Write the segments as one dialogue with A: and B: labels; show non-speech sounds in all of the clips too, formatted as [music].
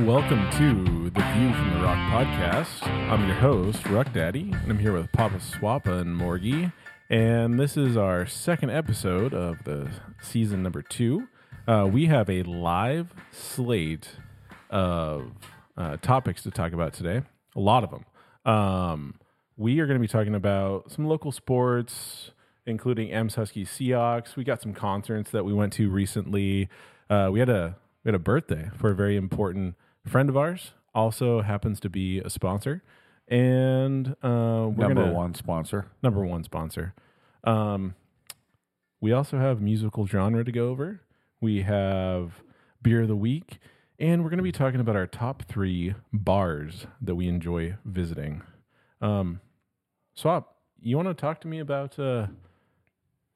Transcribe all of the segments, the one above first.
A: Welcome to the View from the Rock podcast. I'm your host, Ruck Daddy, and I'm here with Papa Swappa and Morgie. And this is our second episode of the season number two. Uh, we have a live slate of uh, topics to talk about today, a lot of them. Um, we are going to be talking about some local sports, including M's Husky Seahawks. We got some concerts that we went to recently. Uh, we had a we had a birthday for a very important friend of ours. Also happens to be a sponsor, and uh, we're
B: number
A: gonna,
B: one sponsor.
A: number one sponsor. Um, we also have musical genre to go over. We have beer of the week, and we're going to be talking about our top three bars that we enjoy visiting. Um, Swap, you want to talk to me about uh,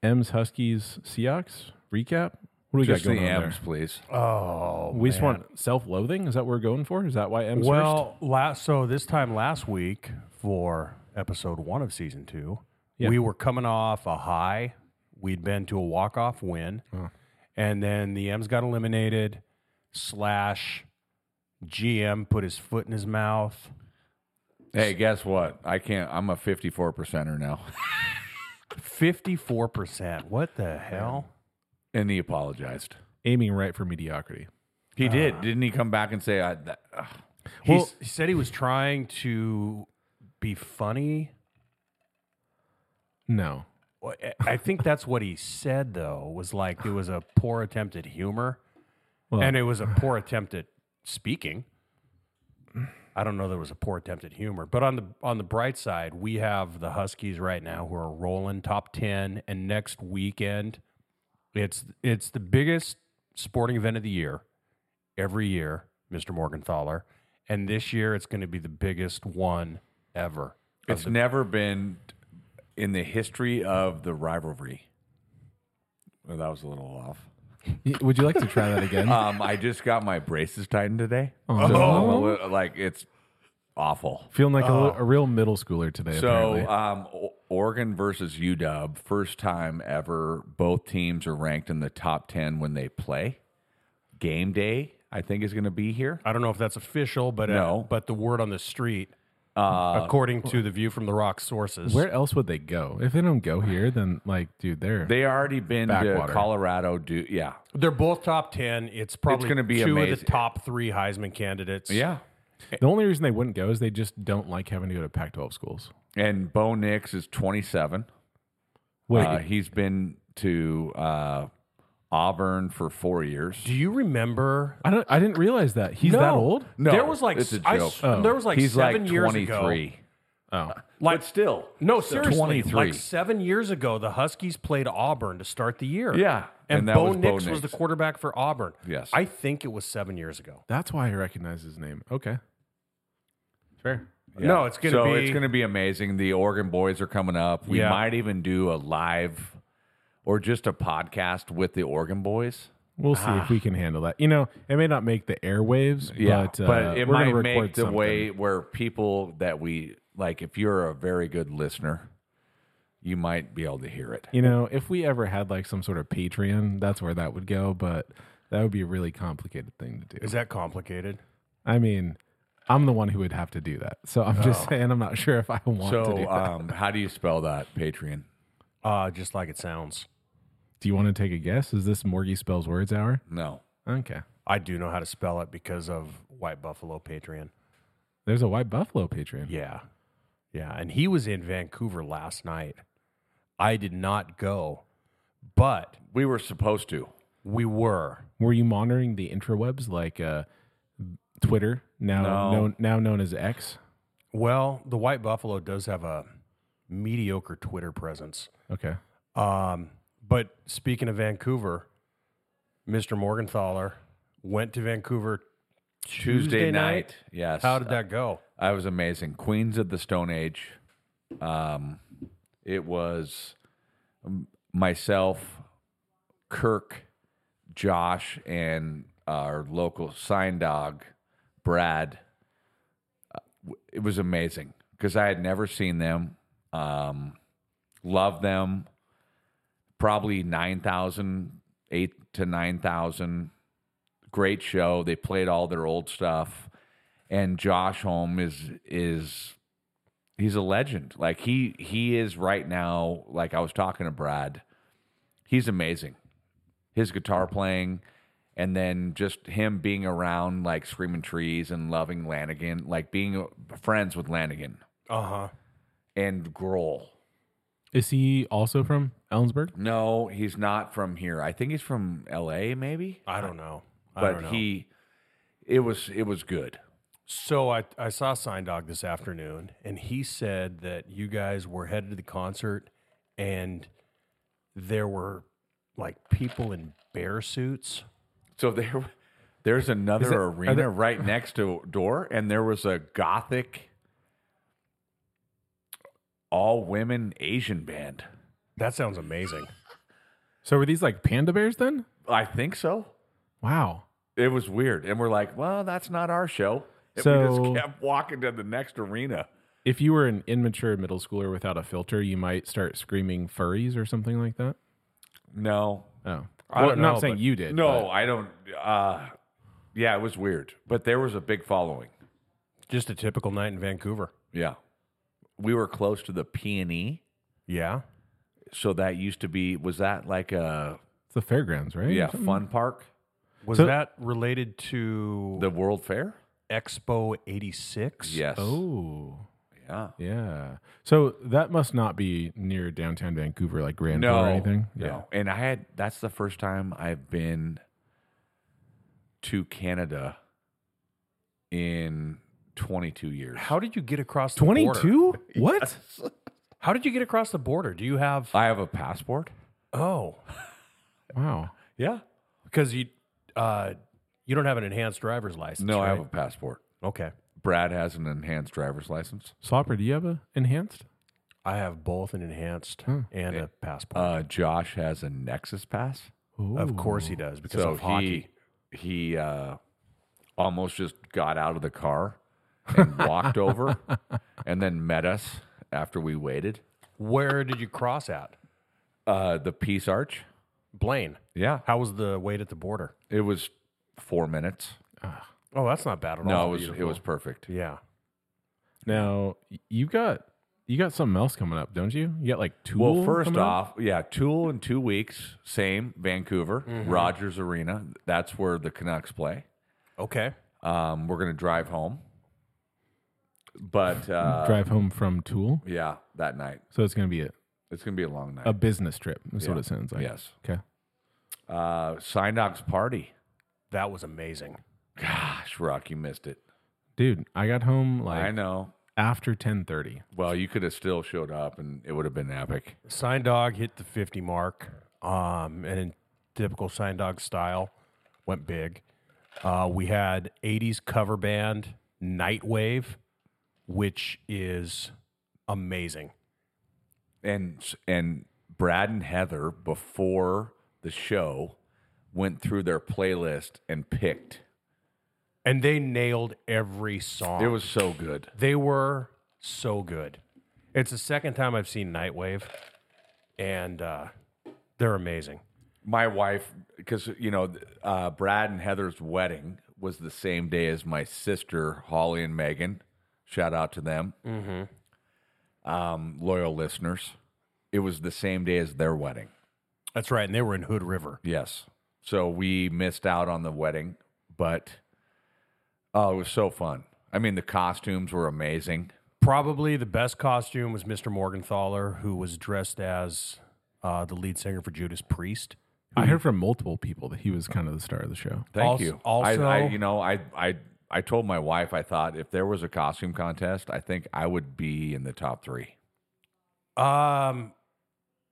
A: M's Huskies Seahawks recap? What do we
B: Just
A: got
B: the
A: going on
B: M's,
A: there?
B: please.
C: Oh,
A: We just want self-loathing. Is that what we're going for? Is that why M's first?
C: well. Last, so this time last week for episode one of season two,
A: Yeah.
C: we were coming off a high. We'd been to a walk off win, and then the M's got eliminated. Slash, GM put his foot in his mouth.
B: Hey, guess what? I can't. I'm a 54 percenter now, [laughs]
C: Fifty four percent. What the hell?
B: and he apologized. Uh,
A: aiming right for mediocrity.
B: He did, didn't he? Come back and say, I, that, ugh.
C: He
A: Well-
C: s- he said he was trying to be funny.
A: No,
C: Well, I- I think that's what he said though was like it was a poor attempt at humor,
A: Well-
C: and it was a poor attempt at speaking. I don't know there was a poor attempt at humor, but on the on the bright side, we have the Huskies right now who are rolling top ten, and next weekend, it's it's the biggest sporting event of the year every year, Mister Morgenthaler, and this year it's going to be the biggest one ever.
B: it's never been in the history of the rivalry. Well, that was a little off.
A: would you like to try that again?
B: Um, I just got my braces tightened today. So, like it's awful.
A: Feeling like a li- a, real middle schooler today. apparently.
B: Oh. So, um, O- Oregon versus UW, first time ever. Both teams are ranked in the top 10 when they play. Game day, I think, is going to be here.
C: I don't know if that's official, but
B: No. Uh,
C: uh, but the word on the street, according to the View from the Rock sources,
A: Where else would they go? If they don't go here, then like, dude, they're
B: They already been
A: Backwater.
B: to Colorado. Do yeah,
C: they're both top ten. It's probably
B: gonna be
C: two of
B: amazing.
C: the top three Heisman candidates.
B: yeah.
A: the only reason they wouldn't go is they just don't like having to go to Pac-12 schools.
B: And Bo Nix is 27.
A: Wait,
B: Uh, he's been to uh, Auburn for four years.
C: Do you remember?
A: I don't. I didn't realize that he's that old.
B: No,
C: there was like
B: it's a
C: I
B: joke.
C: s- there was like
B: he's
C: seven
B: like
C: years
B: 23.
C: ago.
A: Oh,
B: Like still,
C: No, seriously,
B: 23.
C: like seven years ago, the Huskies played Auburn to start the year.
B: Yeah,
C: and,
B: and that
C: Bo,
B: was Bo
C: Nix was the
B: Nix.
C: quarterback for Auburn.
B: Yes.
C: I think it was seven years ago.
A: that's why I recognize his name. Okay, fair.
C: No, it's gonna
B: so
C: be
B: it's gonna be amazing. The Oregon boys are coming up. We
C: Yeah.
B: might even do a live or just a podcast with the Oregon boys.
A: We'll see
B: Ah.
A: if we can handle that. You know, it may not make the airwaves, but, uh,
B: it
A: we're gonna
B: might make
A: record
B: the
A: something.
B: way where people that we like. If you're a very good listener, you might be able to hear it.
A: You know, if we ever had like some sort of Patreon, that's where that would go. But that would be a really complicated thing to do.
C: Is that complicated?
A: I mean, I'm the one who would have to do that. So I'm
C: Oh.
A: just saying, I'm not sure if I want to do
B: So,
A: that.
B: um, how do you spell that, Patreon?
C: Uh, just like it sounds.
A: do you want to take a guess? Is this Morgie Spells Words Hour?
B: No,
A: Okay.
C: I do know how to spell it because of White Buffalo Patreon.
A: There's a White Buffalo Patreon.
C: Yeah. Yeah. And he was in Vancouver last night. I did not go, but
B: we were supposed to.
C: we were.
A: Were you monitoring the interwebs like uh, Twitter, now,
B: No.
A: known, now known as X?
C: Well, the White Buffalo does have a mediocre Twitter presence.
A: Okay.
C: Um, but speaking of Vancouver, Mr. Morgenthaler went to Vancouver Tuesday, night.
B: Yes.
C: How did that go?
B: I was amazing. Queens of the Stone Age. Um, it was um, myself, Kirk, Josh, and our local sign dog, Brad. Uh, w- It was amazing because I had never seen them. Um, loved them. Probably 9,000, 8 to 9,000 great show. They played all their old stuff, and Josh Holm is is he's a legend. Like he he is right now. Like I was talking to Brad, he's amazing. His guitar playing, and then just him being around like screaming trees and loving Lanigan, like being friends with Lanigan
C: Uh huh.
B: and Grohl.
A: Is he also from Ellensburg?
B: No, he's not from here. I think he's from L.A. Maybe,
C: I don't know. I don't
B: but
C: know.
B: he it was it was good.
C: So I, I saw Sign Dog this afternoon, and he said that you guys were headed to the concert, and there were like people in bear suits.
B: So there, there's another
A: it- are
B: arena
A: there-
B: right next to door, and there was a gothic, all women Asian band.
C: That sounds amazing.
A: So were these like panda bears then?
B: I think so.
A: Wow.
B: It was weird, and we're like, well, that's not our show. And we
A: So-
B: just kept walking to the next arena.
A: If you were an immature middle schooler without a filter, you might start screaming furries or something like that.
B: No,
A: Oh,
C: I
A: Well,
C: don't
A: I'm not
C: know,
A: saying
C: but-
A: you did.
B: no, I don't. Uh, yeah, it was weird, but there was a big following.
C: Just a typical night in Vancouver.
B: Yeah, we were close to the P and E,
C: Yeah.
B: so that used to be was that like a
A: It's the fairgrounds, right?
B: yeah fun park,
C: Was
A: So-
C: that related to
B: the World Fair.
C: Expo 86?
B: Yes.
A: Oh,
B: Yeah.
A: yeah. So that must not be near downtown Vancouver, like Grand
B: No.
A: or anything.
B: No. And I had that's the first time I've been to Canada in 22 years.
C: How did you get across the border? [laughs]
A: Twenty-two? What?
C: How did you get across the border? Do you have.
B: I have a passport.
C: Oh.
A: Wow.
B: Yeah.
C: Because you, uh, you don't have an enhanced driver's license.
B: No, I
C: right?
B: have a passport.
C: Okay.
B: Brad has an enhanced driver's license.
A: Swapper, do you have a enhanced?
C: I have both an enhanced and a passport.
B: Uh, Josh has a Nexus pass.
C: of course he does because
B: So
C: of hockey.
B: he he uh, almost just got out of the car and walked over
C: [laughs]
B: and then met us after we waited.
C: Where did you cross at?
B: Uh, the Peace Arch.
C: Blaine.
B: Yeah.
C: How was the wait at the border?
B: It was four minutes.
C: Oh, that's not bad at
B: No,
C: all.
B: it was it was perfect.
C: Yeah.
A: Now y- you got you got something else coming up, don't you? You got like two.
B: well, first off, yeah, Tool in two weeks, same Vancouver, Rogers Arena. That's where the Canucks play.
C: Okay.
B: Um, we're gonna drive home, but uh,
A: drive home from Tool,
B: yeah, that night
A: so it's going to be a,
B: it's gonna be a long night.
A: a business trip. That's what it sounds like.
B: yes,
A: Okay.
B: uh, Syndox party.
C: That was amazing.
B: Gosh, Rock, you missed it.
A: Dude, I got home
B: I
A: like
B: know.
A: after ten thirty.
B: Well, you could have still showed up, and it would have been epic.
C: Sign dog hit the 50 mark. Um, and in typical sign dog style, went big. Uh, we had 80s cover band Nightwave, which is amazing.
B: and and Brad and Heather before the show went through their playlist and picked.
C: And they nailed every song.
B: It was so good.
C: They were so good. It's the second time I've seen Nightwave, and uh, they're amazing.
B: My wife, because you know, uh, Brad and Heather's wedding was the same day as my sister Holly and Megan. Shout out to them, mm-hmm. um, loyal listeners. It was the same day as their wedding.
C: That's right, and they were in Hood River.
B: Yes. So we missed out on the wedding, but oh, it was so fun. I mean, the costumes were amazing.
C: Probably the best costume was Mr. Morgenthaler, who was dressed as uh, the lead singer for Judas Priest.
A: I heard from multiple people that he was kind of the star of the show.
B: Thank
C: Also-
B: you.
C: also-
B: I, I, you know, I, I, I told my wife I thought if there was a costume contest, I think I would be in the top three.
C: Um,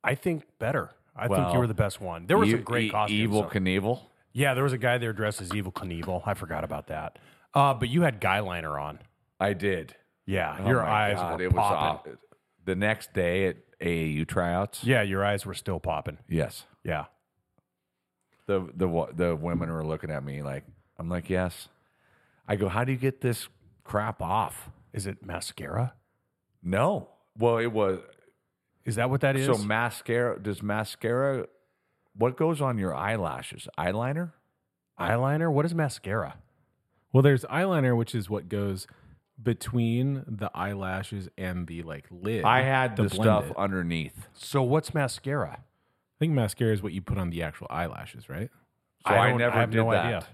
C: I think better. I think
B: Well,
C: you were the best one. There was some
B: E-
C: great
B: E-
C: costumes.
B: Evil
C: though.
B: Knievel.
C: yeah, there was a guy there dressed as Evil Knievel. I forgot about that. Uh, but you had guy liner on.
B: I did.
C: Yeah,
B: Oh
C: your
B: my
C: eyes
B: God,
C: were
B: it was
C: popping.
B: aw- The next day at AAU tryouts.
C: Yeah, your eyes were still popping.
B: Yes.
C: Yeah.
B: The the wo- the women were looking at me like I'm like yes. I go, how do you get this crap off?
C: Is it mascara?
B: No. Well, it was
C: Is that what that is?
B: so mascara. Does mascara? What goes on your eyelashes? Eyeliner?
C: Eyeliner? What is mascara?
A: Well, there's eyeliner, which is what goes between the eyelashes and the like lid.
B: I had
A: to
B: the
A: blend
B: stuff
A: it.
B: underneath.
C: So what's mascara?
A: I think mascara is what you put on the actual eyelashes, right?
B: So
C: I
B: I,
C: don't-
B: never
C: I have
B: did
C: no
B: that.
C: idea.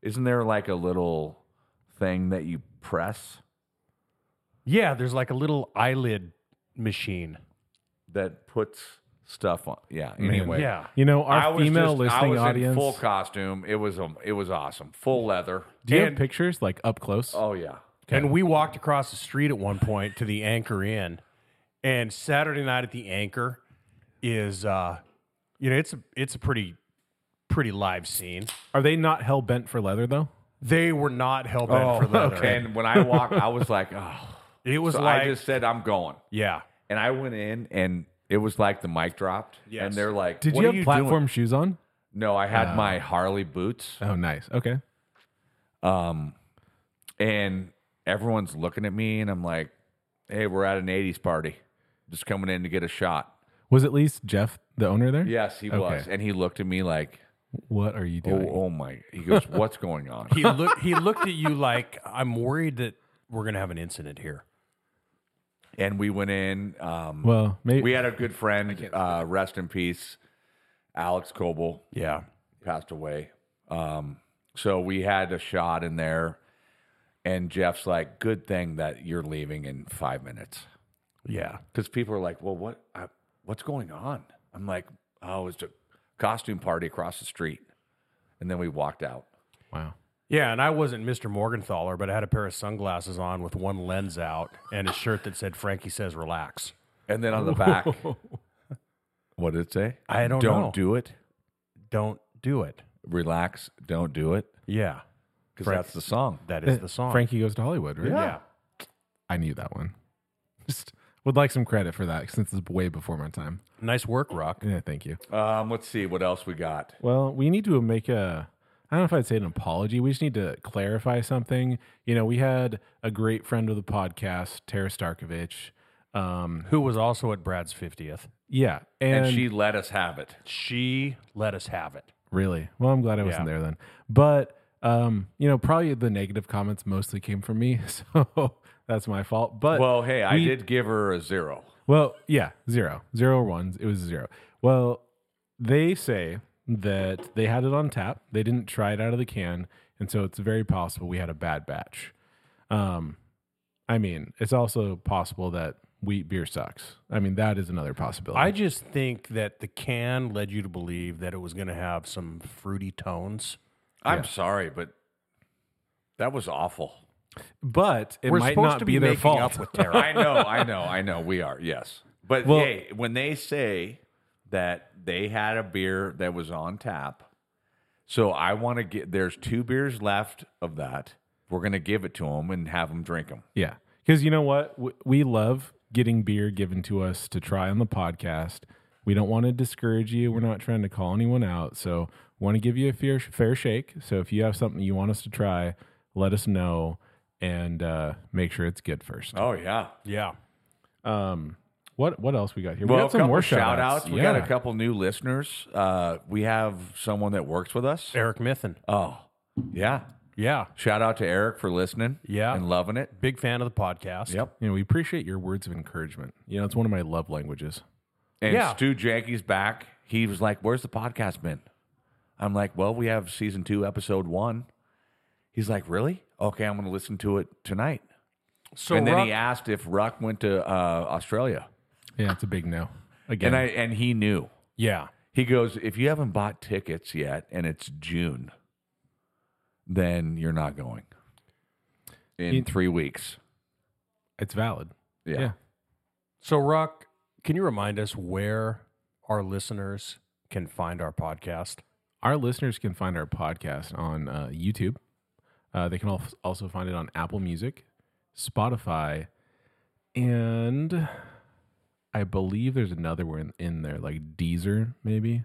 B: Isn't there like a little thing that you press
C: Yeah, there's like a little eyelid machine.
B: that puts stuff on? Yeah. Anyway,
C: Yeah.
A: You know,
B: I
A: our
B: was
A: female
B: just- I
A: listening
B: was
A: audience.
B: in full costume. It was um, it was awesome. Full leather.
A: do you have
C: and-
A: pictures like up close?
B: Oh yeah.
C: And we walked across the street at one point to the Anchor Inn, and Saturday night at the Anchor is, uh, you know, it's a, it's a pretty pretty live scene.
A: Are they not hell bent for leather though? They
C: They were not hell bent for leather.
B: And when I walked, I was like, oh.
C: It was
B: So
C: like,
B: I just said, I'm going.
C: yeah,
B: And I went in and it was like the mic dropped.
C: Yes.
B: And they're like,
A: did
B: what
A: you
B: are
A: have Oh.
B: you
A: platform
B: doing?
A: shoes on?
B: No, I had my Harley boots.
A: Oh, nice. Okay.
B: Um, and everyone's looking at me and I'm like, hey, we're at an 80s party. Just coming in to get a shot.
A: Was at least Jeff the owner there?
B: Yes, he was. And he looked at me like,
A: What are you
B: oh,
A: doing?
B: oh my. He goes, what's
A: [laughs]
B: going on?
C: he looked he looked at you like I'm worried that we're gonna have an incident here.
B: And we went in. Um,
A: Well, maybe
B: we had a good friend, uh, rest in peace, Alex Coble.
C: Yeah,
B: passed away. Um, so we had a shot in there, and Jeff's like, "Good thing that you're leaving in five minutes,"
C: yeah,
B: because people are like, "Well, what? I, what's going on?" I'm like, "Oh, it's a costume party across the street," and then we walked out.
A: wow.
C: yeah. And I wasn't Mr. Morgenthaler, but I had a pair of sunglasses on with one lens out and a shirt that said Frankie says relax.
B: And then on the back, what did it say?
C: I don't
B: don't
C: know.
B: do it.
C: Don't do it.
B: Relax. Don't do it.
C: Yeah,
B: Because
C: Frank-
B: that's the song.
C: that is the song.
A: Frankie goes to Hollywood, right?
C: yeah.
A: I knew that one. [laughs] Just would like some credit for that since it's way before my time.
C: Nice work, Rock.
A: Yeah, thank you.
B: Um, let's see what else we got.
A: Well, we need to make a. I don't know if I'd say an apology. We just need to clarify something. You know, we had a great friend of the podcast, Tara Starkovich. Um,
C: Who was also at Brad's 50th.
A: yeah, and,
B: And, she let us have it.
C: She let us have it.
A: really. Well, I'm glad I wasn't
C: Yeah.
A: there then. But um, you know, probably the negative comments mostly came from me, [laughs] so that's my fault. But
B: Well, hey, I
A: we-
B: did give her a zero.
A: Well, yeah, zero, zero or ones. It was zero. Well, they say that they had it on tap. They didn't try it out of the can, and so it's very possible we had a bad batch. Um, I mean, it's also possible that wheat beer sucks. I mean, that is another possibility.
C: I just think that the can led you to believe that it was going to have some fruity tones.
B: I'm sorry, but that was awful.
A: but it
C: We're
A: might
C: supposed
A: not
C: to
A: be,
C: be,
A: their
C: making
A: fault.
B: [laughs]
C: up with Tara.
B: I know, I know, I know. We are, yes. But hey, when they say that they had a beer that was on tap, so I want to get there's two beers left of that. We're gonna give it to them and have them drink them.
A: Yeah. Because you know what? W- We love getting beer given to us to try on the podcast. We don't want to discourage you. We're not trying to call anyone out. So, want to give you a fair, fair shake. So, if you have something you want us to try, let us know and uh, make sure it's good first.
B: Oh yeah.
C: yeah.
A: Um, what what else we got here?
B: Well,
A: we
B: a
A: got
B: couple
A: some more
B: shout
A: shout-outs.
B: outs. We got a couple new listeners. Uh, we have someone that works with us.
C: Eric Mithen.
B: Oh, yeah.
C: Yeah.
B: Shout out to Eric for listening.
C: Yeah.
B: and loving it.
C: Big fan of the podcast.
B: Yep.
A: You know, we appreciate your words of encouragement. You know, it's one of my love languages.
B: And
C: Yeah.
B: Stu Janke's back. He was like, Where's the podcast been? I'm like, Well, we have season two, episode one. He's like, Really? Okay, I'm going to listen to it tonight.
C: So
B: and then
C: Rock,
B: he asked if Ruck went to uh, Australia.
A: Yeah, it's a big no. Again,
B: And, I, and he knew.
C: yeah.
B: He goes, If you haven't bought tickets yet and it's June, then you're not going in
A: You-
B: three weeks.
A: it's valid.
B: Yeah.
A: yeah.
C: So Rock, can you remind us where our listeners can find our podcast?
A: our listeners can find our podcast on uh, YouTube. Uh, they can al- also find it on Apple Music, Spotify, and I believe there's another one in there, like Deezer, maybe.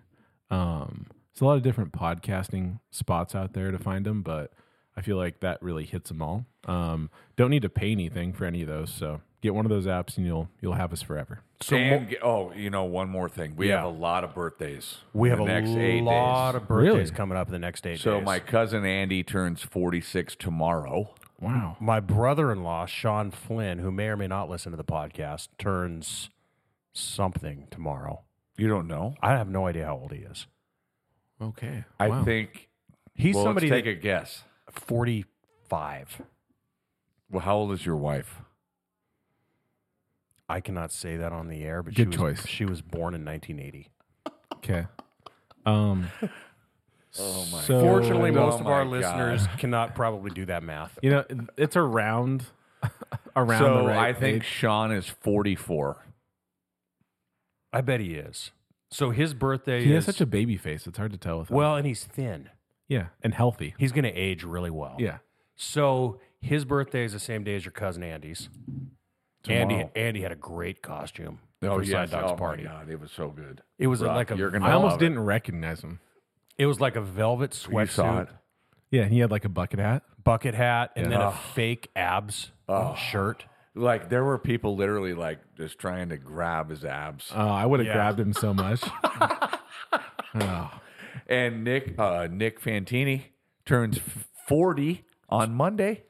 A: Um, it's a lot of different podcasting spots out there to find them, but I feel like that really hits them all. Um, don't need to pay anything for any of those, so Get one of those apps and you'll you'll have us forever.
C: So mo-
B: And, oh, you know, one more thing. We have a lot of birthdays.
C: we
B: in
C: have a
B: the next eight
C: lot
B: days.
C: of birthdays
A: Really?
C: coming up in the next eight
B: So
C: days.
B: my cousin Andy turns 46 tomorrow.
A: Wow.
C: my brother-in-law Sean Flynn, who may or may not listen to the podcast, turns something tomorrow.
B: You don't know?
C: I have no idea how old he is.
A: Okay.
B: I
A: Wow.
B: think
C: He's
B: well,
C: somebody
B: let's take
C: that
B: a guess.
C: forty-five.
B: Well, how old is your wife?
C: I cannot say that on the air, but
A: Good
C: she
A: choice.
C: Was, she was born in 1980.
A: Okay. [laughs] Um.
B: Oh my
A: So-
C: Fortunately,
B: Oh
C: most of
B: my
C: our
B: God.
C: listeners cannot probably do that math.
A: You know, it's [laughs] around around.
B: So
A: the right
B: I think
A: age.
B: Sean is 44.
C: I bet he is. So his birthday
A: he
C: is
A: has such a baby face. It's hard to tell with him.
C: well, and he's thin.
A: yeah, and healthy.
C: He's going to age really well.
A: Yeah.
C: So his birthday is the same day as your cousin Andy's. Andy
A: Tomorrow.
C: Andy had a great costume
B: Oh,
C: for Side
B: yes.
C: Dog's
B: oh
C: party.
B: my God. It was so good.
C: It was a-
B: Rock,
C: like a
B: you're gonna
A: I almost
B: love it.
A: didn't recognize him.
C: it was like a velvet
B: You saw
C: sweatsuit,
B: it.
A: Yeah, and he had like a bucket hat.
C: bucket hat, and then a fake abs
B: Oh.
C: shirt.
B: Like there were people literally like just trying to grab his abs.
A: Oh, I would have
C: Yeah.
A: grabbed him so [laughs] much.
B: and Nick uh, Nick Fantini turns 40 on Monday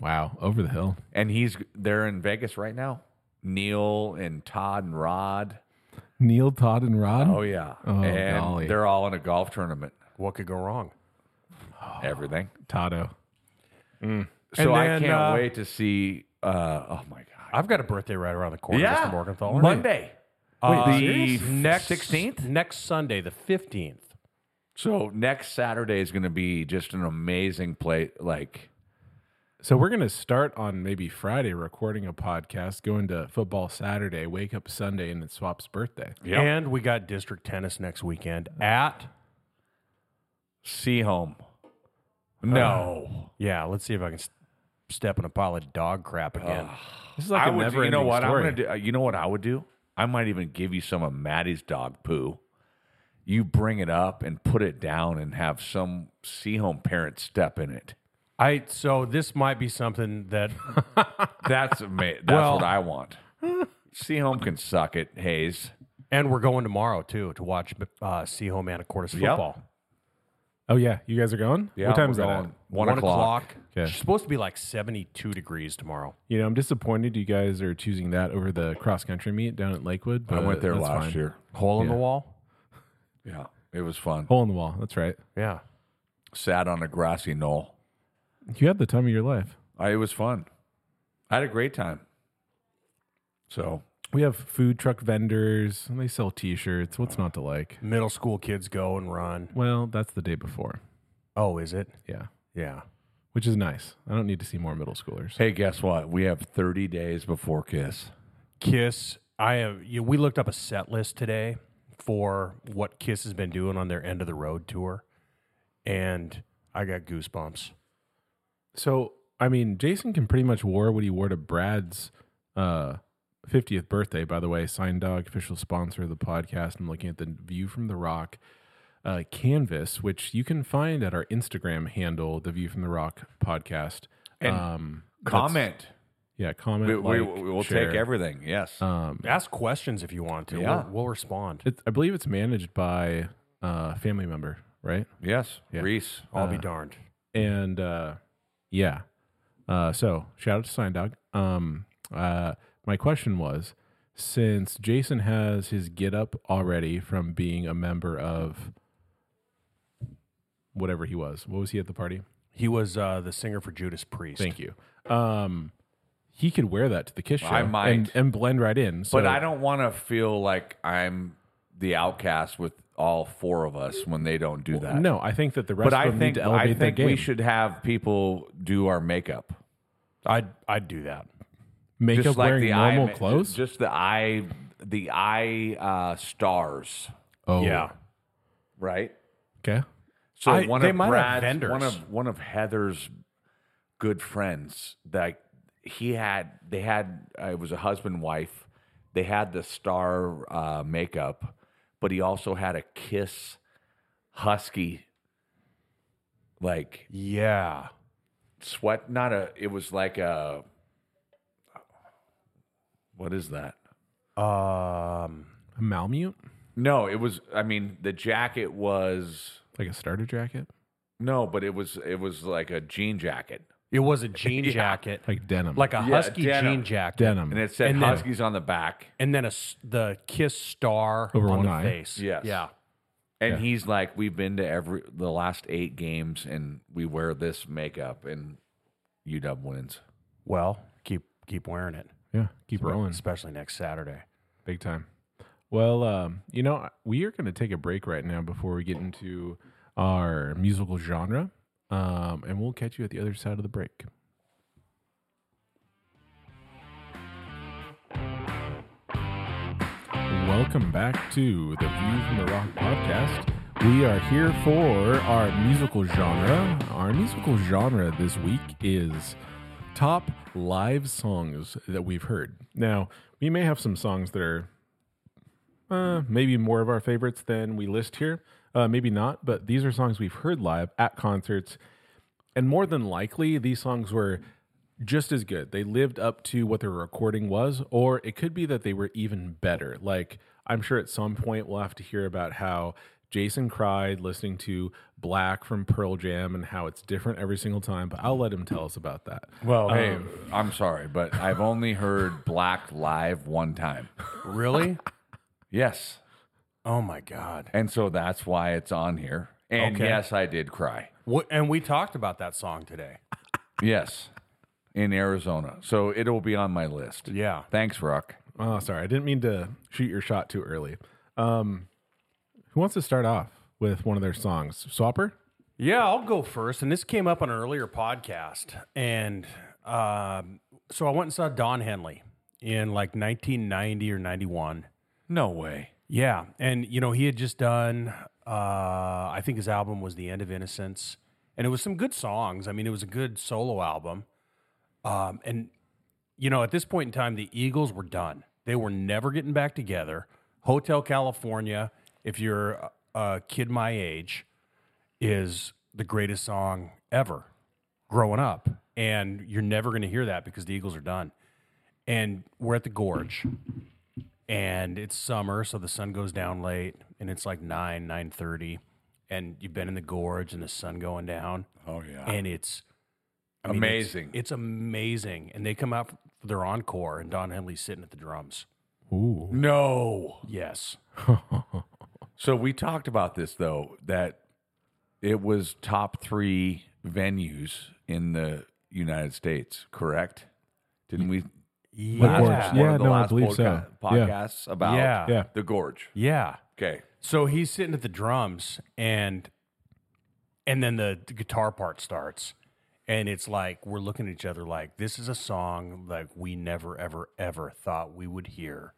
A: wow, over the hill.
B: and he's they're in Vegas right now. Neil and Todd and Rod.
A: Neil, Todd, and Rod.
B: Oh yeah.
A: Oh,
B: and
A: golly.
B: they're all in a golf tournament.
C: What could go wrong?
B: Everything.
A: Oh. Tado.
B: So I
C: then,
B: can't
C: uh,
B: wait to see uh, oh my god.
C: I've got a birthday right around the corner, Mr. Morgenthau.
B: Monday.
C: Uh,
B: the
C: next
B: 16th?
C: next Sunday, the fifteenth.
B: So next Saturday is going to be just an amazing play. Like
A: So we're gonna start on maybe Friday recording a podcast, go into football Saturday, wake up Sunday, and then swap's birthday.
B: Yep.
C: And we got district tennis next weekend at
B: Seahome.
A: Uh,
B: No,
C: yeah. Let's see if I can s- step in a pile of dog crap again.
A: This is like
B: I
A: a
B: would.
A: never
B: You know what?
A: story.
B: I'm gonna do. uh, You know what I would do? I might even give you some of Maddie's dog poo. You bring it up and put it down, and have some Seahome parent step in it.
C: I so this might be something that [laughs]
B: That's ama- That's
C: Well-
B: what I want. Seahome can suck it, Hayes.
C: and we're going tomorrow too to watch uh, Seaho Anacortes football.
A: Oh yeah, you guys are going.
B: Yeah,
A: what time's
B: we're
A: that?
B: going.
A: at?
B: One o'clock.
A: Okay.
C: It's supposed to be like seventy-two degrees tomorrow.
A: You know, I'm disappointed you guys are choosing that over the cross country meet down at Lakewood.
B: I
A: but
B: went there
A: Uh, that's
B: last
A: fine.
B: year.
C: Hole in the wall.
B: Yeah, it was fun.
A: Hole in the wall. That's right.
C: Yeah.
B: Sat on a grassy knoll.
A: You had the time of your life.
B: I, it was fun. I had a great time. So
A: We have food truck vendors. And they sell T-shirts. What's not to like?
C: Middle school kids go and run.
A: Well, that's the day before.
C: Oh, is it?
A: Yeah,
C: Yeah.
A: which is nice. I don't need to see more middle schoolers.
B: Hey, guess what? We have 30 days before Kiss.
C: Kiss. I have. You, we looked up a set list today for what Kiss has been doing on their end of the road tour, and I got goosebumps.
A: So, I mean, Jason can pretty much wore what he wore to Brad's uh, 50th birthday. By the way, Sign Dog, official sponsor of the podcast. I'm looking at the View from the Rock uh, canvas, which you can find at our Instagram handle, the View from the Rock podcast.
B: And
A: um,
B: Comment.
A: yeah, comment.
B: We, we,
A: like,
B: we will
A: share. Uh,
B: take everything. Yes.
C: Ask questions if you want to.
B: Yeah.
C: We'll, we'll respond.
A: It, I believe it's managed by uh, a family member, right?
B: yes. Reese.
C: I'll be darned.
A: and uh, yeah. Uh, so shout out to Sign Dog. Um, uh, my question was, since Jason has his get up already from being a member of whatever he was, what was he at the party?
C: He was uh, the singer for Judas Priest.
A: Thank you. Um, he could wear that to the Kiss show
B: I might.
A: and, and blend right in. So
B: But I don't want to feel like I'm the outcast with all four of us when they don't do that.
A: No, I think that the rest
B: But I
A: of them
B: think
A: need to elevate
B: I think
A: their game.
B: we should have people do our makeup.
C: I'd I'd do that.
A: make
B: Just
A: up
B: like
A: wearing
B: the eye
A: normal
B: ma-
A: clothes.
B: Just the eye the eye uh, stars,
A: oh,
C: Yeah.
B: right?
A: Okay.
B: So
C: I-
B: one
C: they
B: of
C: might have
B: Brad's,
C: vendors.
B: one of one of Heather's good friends that he had, they had uh, it was a husband wife. They had the star uh, makeup, but he also had a kiss husky like
C: Yeah.
B: sweat. Not a. It was like a. What is that?
C: Um,
A: A Malmute?
B: No, it was. I mean, the jacket was
A: Like a starter jacket?
B: no, but it was it was like a jean jacket,
C: it was a jean jacket,
A: Like denim.
C: like a
B: Yeah,
C: husky
B: denim.
C: jean jacket,
A: denim.
B: and it said
C: And then-
B: Huskies on the back.
C: and then a s- the kiss star
A: Over
C: on
A: one
C: the
A: eye.
C: face.
B: Yes.
C: Yeah.
B: And he's like, "We've been to every the last eight games, and we wear this makeup, and UW wins."
C: Well, keep keep wearing it,
A: yeah, keep rolling.
C: especially next Saturday.
A: Big time. Well, um, you know, we are going to take a break right now before we get into our musical genre. Um, and we'll catch you at the other side of the break. Welcome back to the View from the Rock podcast. We are here for our musical genre. Our musical genre this week is top live songs that we've heard. Now, we may have some songs that are uh, maybe more of our favorites than we list here. Uh, maybe not, but these are songs we've heard live at concerts. And more than likely, these songs were just as good. They lived up to what their recording was, or it could be that they were even better. Like, I'm sure at some point we'll have to hear about how Jason cried listening to Black from Pearl Jam and how it's different every single time, but I'll let him tell us about that.
C: Well,
B: Hey, I'm sorry, but I've only heard Black live one
C: [laughs]
B: time.
C: really?
B: Yes,
C: Oh my God!
B: and so that's why it's on here. And
C: Okay.
B: yes, I did cry.
C: What, and we talked about that song today.
B: Yes, in Arizona, so it'll be on my list.
C: Yeah.
B: Thanks, Ruck.
A: Oh, sorry. I didn't mean to shoot your shot too early. Um, who wants to start off with one of their songs? Swapper?
C: Yeah, I'll go first. And this came up on an earlier podcast. And um, so I went and saw Don Henley in like 1990 or 91.
B: No way.
C: Yeah. And, you know, he had just done, uh, I think his album was The End of Innocence. And it was some good songs. I mean, it was a good solo album. Um, and, you know, at this point in time, the Eagles were done. They were never getting back together. Hotel California, if you're a a kid my age, is the greatest song ever growing up. And you're never going to hear that because the Eagles are done. And we're at the Gorge and it's summer, so the sun goes down late, and it's like nine, nine thirty, and you've been in the gorge and the sun going down,
B: Oh yeah.
C: and it's I mean, it's-
B: Amazing.
C: It's, amazing, and they come out for their encore, and Don Henley's sitting at the drums.
A: Ooh.
B: No.
C: Yes,
B: So we talked about this though that it was top three venues in the United States, correct? Didn't we?
C: yeah,
A: Gorge,
B: One of
A: yeah,
B: the
A: no, I
B: last
A: believe so. Yeah.
B: Podcasts about
C: Yeah.
A: Yeah.
B: the gorge.
C: yeah.
B: Okay,
C: So he's sitting at the drums, and and then the, the guitar part starts, and it's like we're looking at each other like this is a song like we never ever ever thought we would hear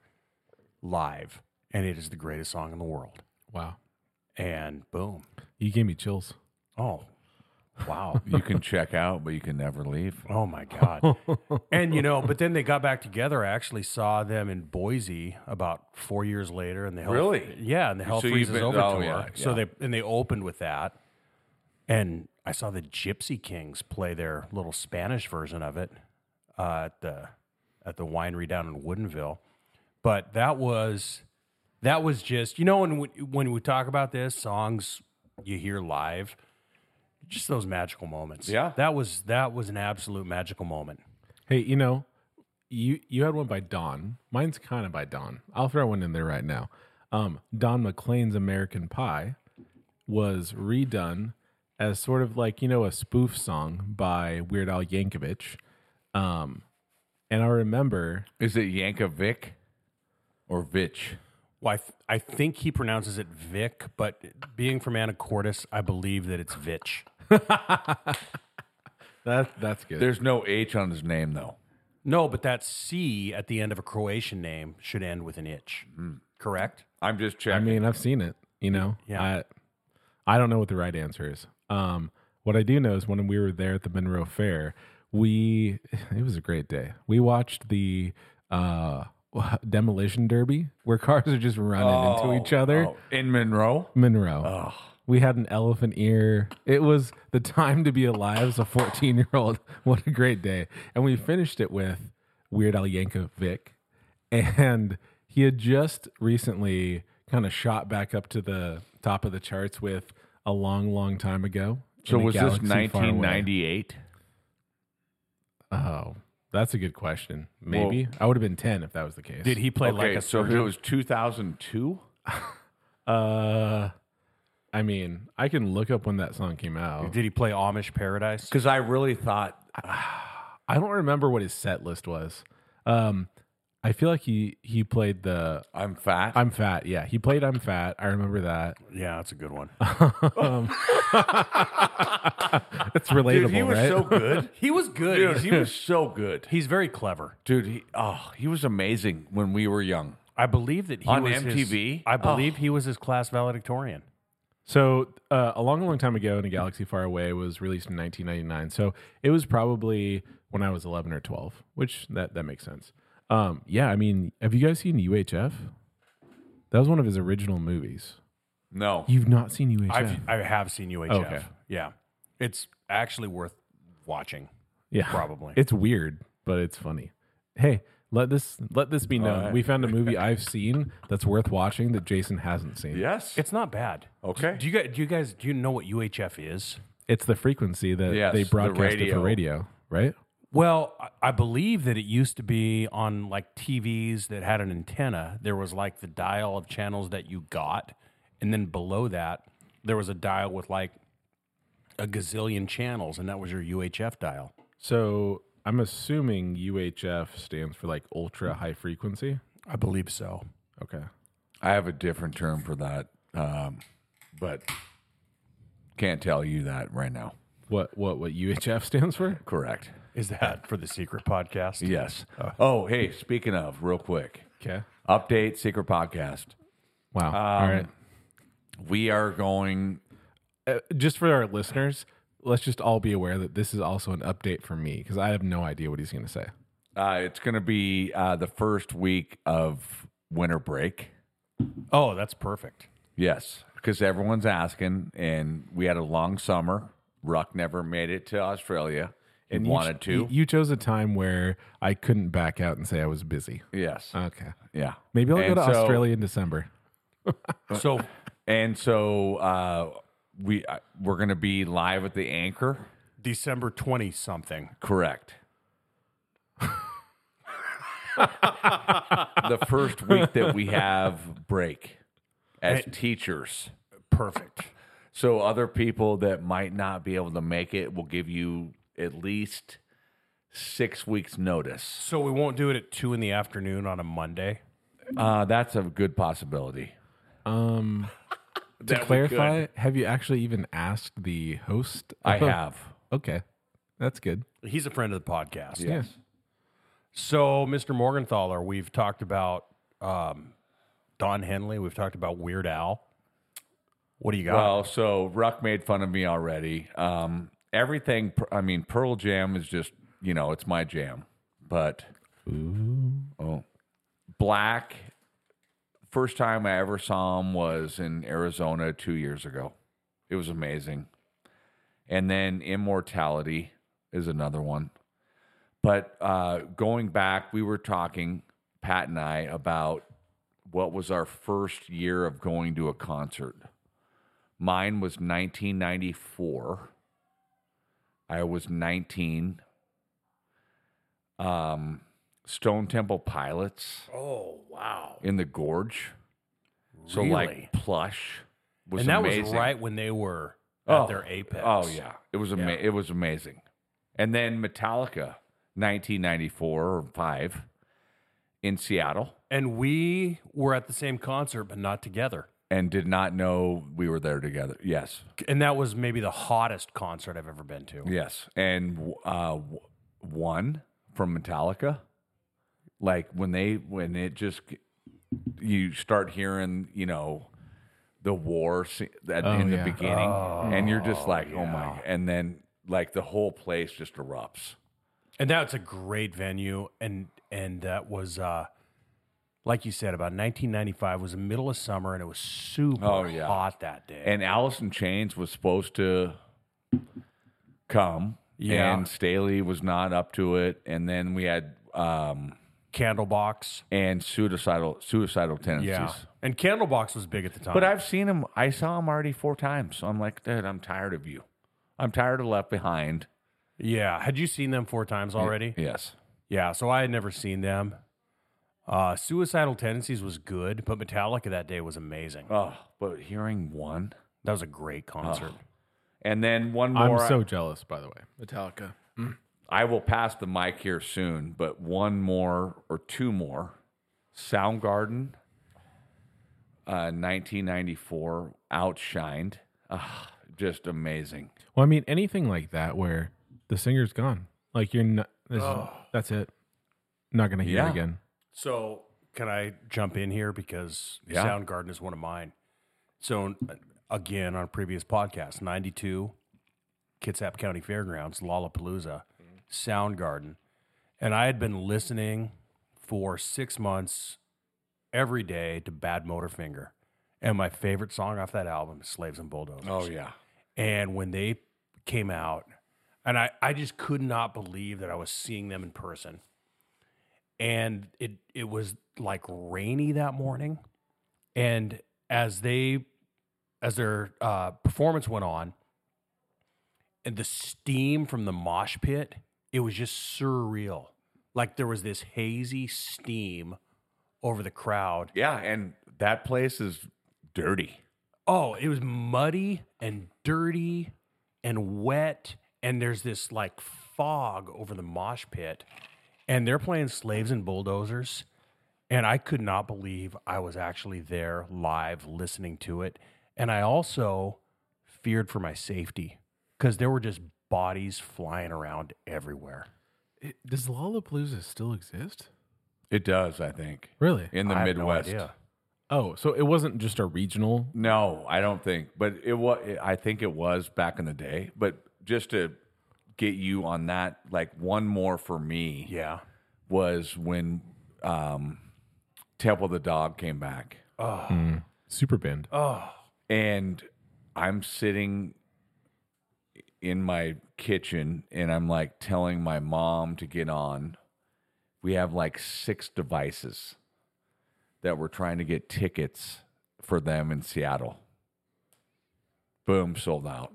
C: live, and it is the greatest song in the world.
A: Wow.
C: And boom!
A: You gave me chills.
C: Oh, wow!
B: you can check out, but you can never leave.
C: Oh my God. and, you know, but then they got back together. I actually saw them in Boise about four years later. And the Hell,
B: Really?
C: Yeah. And the Hell
B: So you've
C: Freezes
B: been-
C: Over
B: oh,
C: tour.
B: yeah,
C: So
B: yeah.
C: they, and they opened with that. And I saw the Gypsy Kings play their little Spanish version of it uh, at the at the winery down in Woodinville. But that was that was just you know when we, when we talk about this songs you hear live, just those magical moments.
B: Yeah.
C: that was that was an absolute magical moment.
A: Hey, you know, you you had one by Don. Mine's kind of by Don. I'll throw one in there right now. Um, Don McLean's American Pie was redone as sort of like you know a spoof song by Weird Al Yankovic. Um, and I remember
B: Is it Yankovic or Vich?
C: Well, I, th- I think he pronounces it Vic, but being from Anacortes, I believe that it's Vitch.
A: that that's good.
B: There's no H on his name though.
C: No, but that C at the end of a Croatian name should end with an itch. Correct?
B: I'm just
A: I
B: checking.
A: mean, I've seen it. You know,
C: Yeah.
A: I, I don't know what the right answer is. Um, what I do know is when we were there at the Monroe Fair, we [laughs] it was a great day. We watched the uh, [laughs] demolition derby where cars are just running into each other.
B: Oh, in Monroe.
A: Monroe. We had an elephant ear. It was the time to be alive as a [laughs] 14 year old. What a great day. And we finished it with Weird Al Yankovic. and he had just recently kind of shot back up to the top of the charts with a long, long time ago. in
B: So
A: a
B: was this
A: galaxy far away.
B: 1998?
A: Oh, that's a good question. Maybe I would have been ten if that was the case.
C: Did he play like
B: Okay,
C: a
B: so if it was 2002.
A: Uh, I mean, I can look up when that song came out.
C: Did he play Amish Paradise?
B: Because I really thought
A: I don't remember what his set list was. Um, I feel like he he played the
B: I'm fat.
A: I'm fat. Yeah, he played I'm fat. I remember that.
C: Yeah, that's a good one.
A: It's relatable,
B: [laughs] Dude, he was
A: right?
B: so good.
C: [laughs] He was
B: [laughs]
C: good.
B: Dude,
C: He's,
B: he was so good.
C: he's very clever.
B: Dude, he, oh, he was amazing when we were young.
C: I believe that he
B: On
C: was his-
B: MTV?
C: I believe he was his class valedictorian.
A: So, uh, a long, long time ago in a galaxy far away was released in 1999. So it was probably when I was 11 or 12, which that that makes sense. Um, yeah, I mean, have you guys seen UHF? That was one of his original movies.
B: No.
A: You've not seen UHF?
C: I've, I have seen UHF.
A: Okay.
C: Yeah, it's actually worth watching.
A: yeah,
C: probably.
A: It's weird, but it's funny. Hey, let this let this be known.
B: right.
A: We [laughs] found a movie I've seen that's worth watching that Jason hasn't seen.
B: Yes.
C: It's not bad.
B: Okay.
C: Do you guys? Do you guys? Do you know what UHF is?
A: It's the frequency that
B: Yes,
A: they
B: the
A: broadcast it for
B: radio.
A: radio, right?
C: Well, I- I believe that it used to be on like TVs that had an antenna. There was like the dial of channels that you got, and then below that there was a dial with like a gazillion channels, and that was your UHF dial.
A: So I'm assuming UHF stands for like ultra high frequency.
C: I believe so.
A: Okay.
B: I have a different term for that, um, but can't tell you that right now.
A: What what what UHF [laughs] stands for?
B: Correct.
C: Is that for the secret podcast?
B: Yes.
A: Uh.
B: Oh, hey, speaking of, real quick
A: Okay. Um,
B: update secret podcast.
A: Wow. All right.
B: We are going.
A: Uh, just for our listeners, let's just all be aware that this is also an update for me because I have no idea what he's going to say.
B: Uh, it's going to be uh, the first week of winter break.
C: Oh, that's perfect.
B: Yes, because everyone's asking, and we had a long summer. Ruck never made it to Australia and
A: You ch-
B: wanted to.
A: You, you chose a time where I couldn't back out and say I was busy.
B: yes.
A: Okay.
B: yeah.
A: uh, Maybe I'll
B: And
A: go to
B: so-
A: Australia in December.
C: So
B: And so uh, we uh, we're going to be live at the anchor.
C: December twenty something.
A: [laughs]
B: Correct. the first week that we have break as teachers.
C: Perfect.
B: So other people that might not be able to make it will give you at least six weeks notice.
C: So we won't do it at two in the afternoon on a Monday.
B: Uh, that's a good possibility.
A: Um, to clarify, have you actually even asked the host?
B: I have.
A: Okay. That's good.
C: He's a friend of the podcast.
A: Yeah.
C: So, Mr. Morgenthaler, we've talked about um, Don Henley. We've talked about Weird Al. What do you got?
B: Well, so Ruck made fun of me already. Um, everything, I mean, Pearl Jam is just, you know, it's my jam. But, oh, Black, first time I ever saw him was in Arizona two years ago. It was amazing. And then Immortality is another one. But uh, going back, we were talking, Pat and I, about what was our first year of going to a concert. Mine was 1994. I was 19. Um, Stone Temple Pilots
C: oh, wow.
B: in the Gorge. So
C: Really?
B: like plush was
C: and that
B: amazing.
C: was right when they were at their apex.
B: Oh yeah, it was ama-
C: Yeah.
B: it was amazing. And then Metallica, 1994 or five, in Seattle,
C: And we were at the same concert, but not together.
B: and did not know we were there together. Yes,
C: And that was maybe the hottest concert I've ever been to.
B: yes, and uh, w- one from Metallica, like when they when it just you start hearing you know the war se- that in
A: yeah.
B: the beginning, and you're just like oh my, and then like the whole place just erupts.
C: And that's a great venue. And and that was uh like you said, about 1995 was the middle of summer, and it was super
B: Oh, yeah.
C: hot that day.
B: and Alice in Chains was supposed to come,
C: Yeah.
B: and Staley was not up to it. And then we had um,
C: Candlebox.
B: and suicidal suicidal tendencies.
C: Yeah. And Candlebox was big at the time.
B: But I've seen him. I saw him already four times. So I'm like, dude, I'm tired of you. I'm tired of Left Behind.
C: yeah. Had you seen them four times already?
B: Yes.
C: Yeah, so I had never seen them. Uh, Suicidal Tendencies was good, but Metallica that day was amazing.
B: Oh, but hearing one
C: That was a great concert.
B: Uh-huh. and then one
A: I'm
B: more.
A: so jealous, by the way. Metallica.
B: I will pass the mic here soon, but one more or two more. Soundgarden, uh, 1994, outshined. Ah, just amazing.
A: Well, I mean, anything like that where the singer's gone, like you're not. This, That's it. Not gonna hear
B: Oh. Yeah.
A: it again.
C: So, can I jump in here because
B: Yeah.
C: Soundgarden is one of mine. So, again, on a previous podcast, 92, Kitsap County Fairgrounds, Lollapalooza, Soundgarden. And I had been listening for six months every day to Bad Motorfinger. And my favorite song off that album is Slaves and Bulldozers.
B: Oh, yeah.
C: And when they came out, and I, I just could not believe that I was seeing them in person. And it it was like rainy that morning. And as they as their uh, performance went on, and the steam from the mosh pit, it was just surreal. Like there was this hazy steam over the crowd.
B: Yeah, and that place is dirty.
C: Oh, it was muddy and dirty and wet, and there's this like fog over the mosh pit, and they're playing slaves and bulldozers, and I could not believe I was actually there live listening to it, and I also feared for my safety because there were just bodies flying around everywhere.
A: It, does Lollapalooza still exist?
B: It does, I think,
A: Really?
B: in the
C: I have no
B: Midwest.
C: idea.
A: Oh, so it wasn't just a regional.
B: No, I don't think. But it was. I think it was back in the day. But just to get you on that, like one more for me
C: Yeah.
B: was when um, Temple the dog came back,
A: mm, Super band.
B: and I'm sitting in my kitchen, and I'm like telling my mom to get on. We have like six devices that we're trying to get tickets for them in Seattle. Boom, sold out.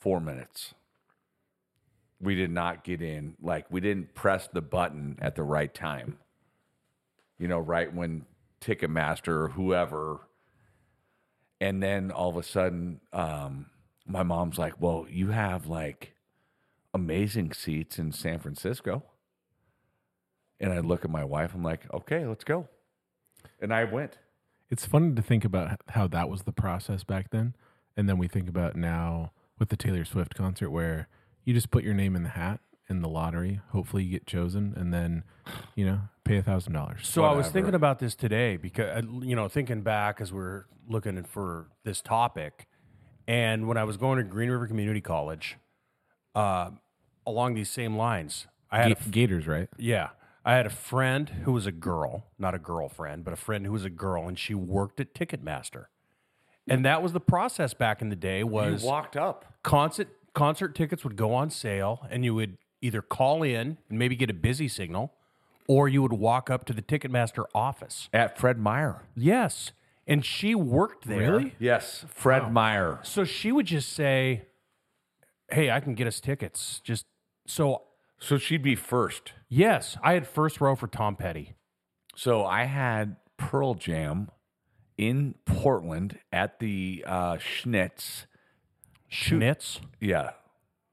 B: Four minutes. We did not get in. Like, we didn't press the button at the right time. You know, right when Ticketmaster or whoever. And then all of a sudden, um, my mom's like, well, you have like amazing seats in San Francisco. And I look at my wife. I'm like, okay, let's go. And I went.
A: It's funny to think about how that was the process back then, and then we think about now with the Taylor Swift concert where you just put your name in the hat in the lottery. Hopefully, you get chosen, and then you know pay a thousand dollars.
C: So I was thinking about this today because uh, you know, thinking back as we're looking for this topic, and when I was going to Green River Community College, uh, along these same lines, I had a
A: Ga- Gators, right?
C: yeah. I had a friend who was a girl, not a girlfriend, but a friend who was a girl, and she worked at Ticketmaster. And that was the process back in the day was
B: walked up.
C: concert concert tickets would go on sale and you would either call in and maybe get a busy signal or you would walk up to the Ticketmaster office.
B: At Fred Meyer.
C: Yes. And she worked there.
A: Really?
B: Yes, Fred Meyer.
C: So she would just say, Hey, I can get us tickets. Just so,
B: So she'd be first.
C: yes, I had first row for Tom Petty.
B: So I had Pearl Jam in Portland at the uh, Schnitz.
C: Schnitz.
B: Yeah,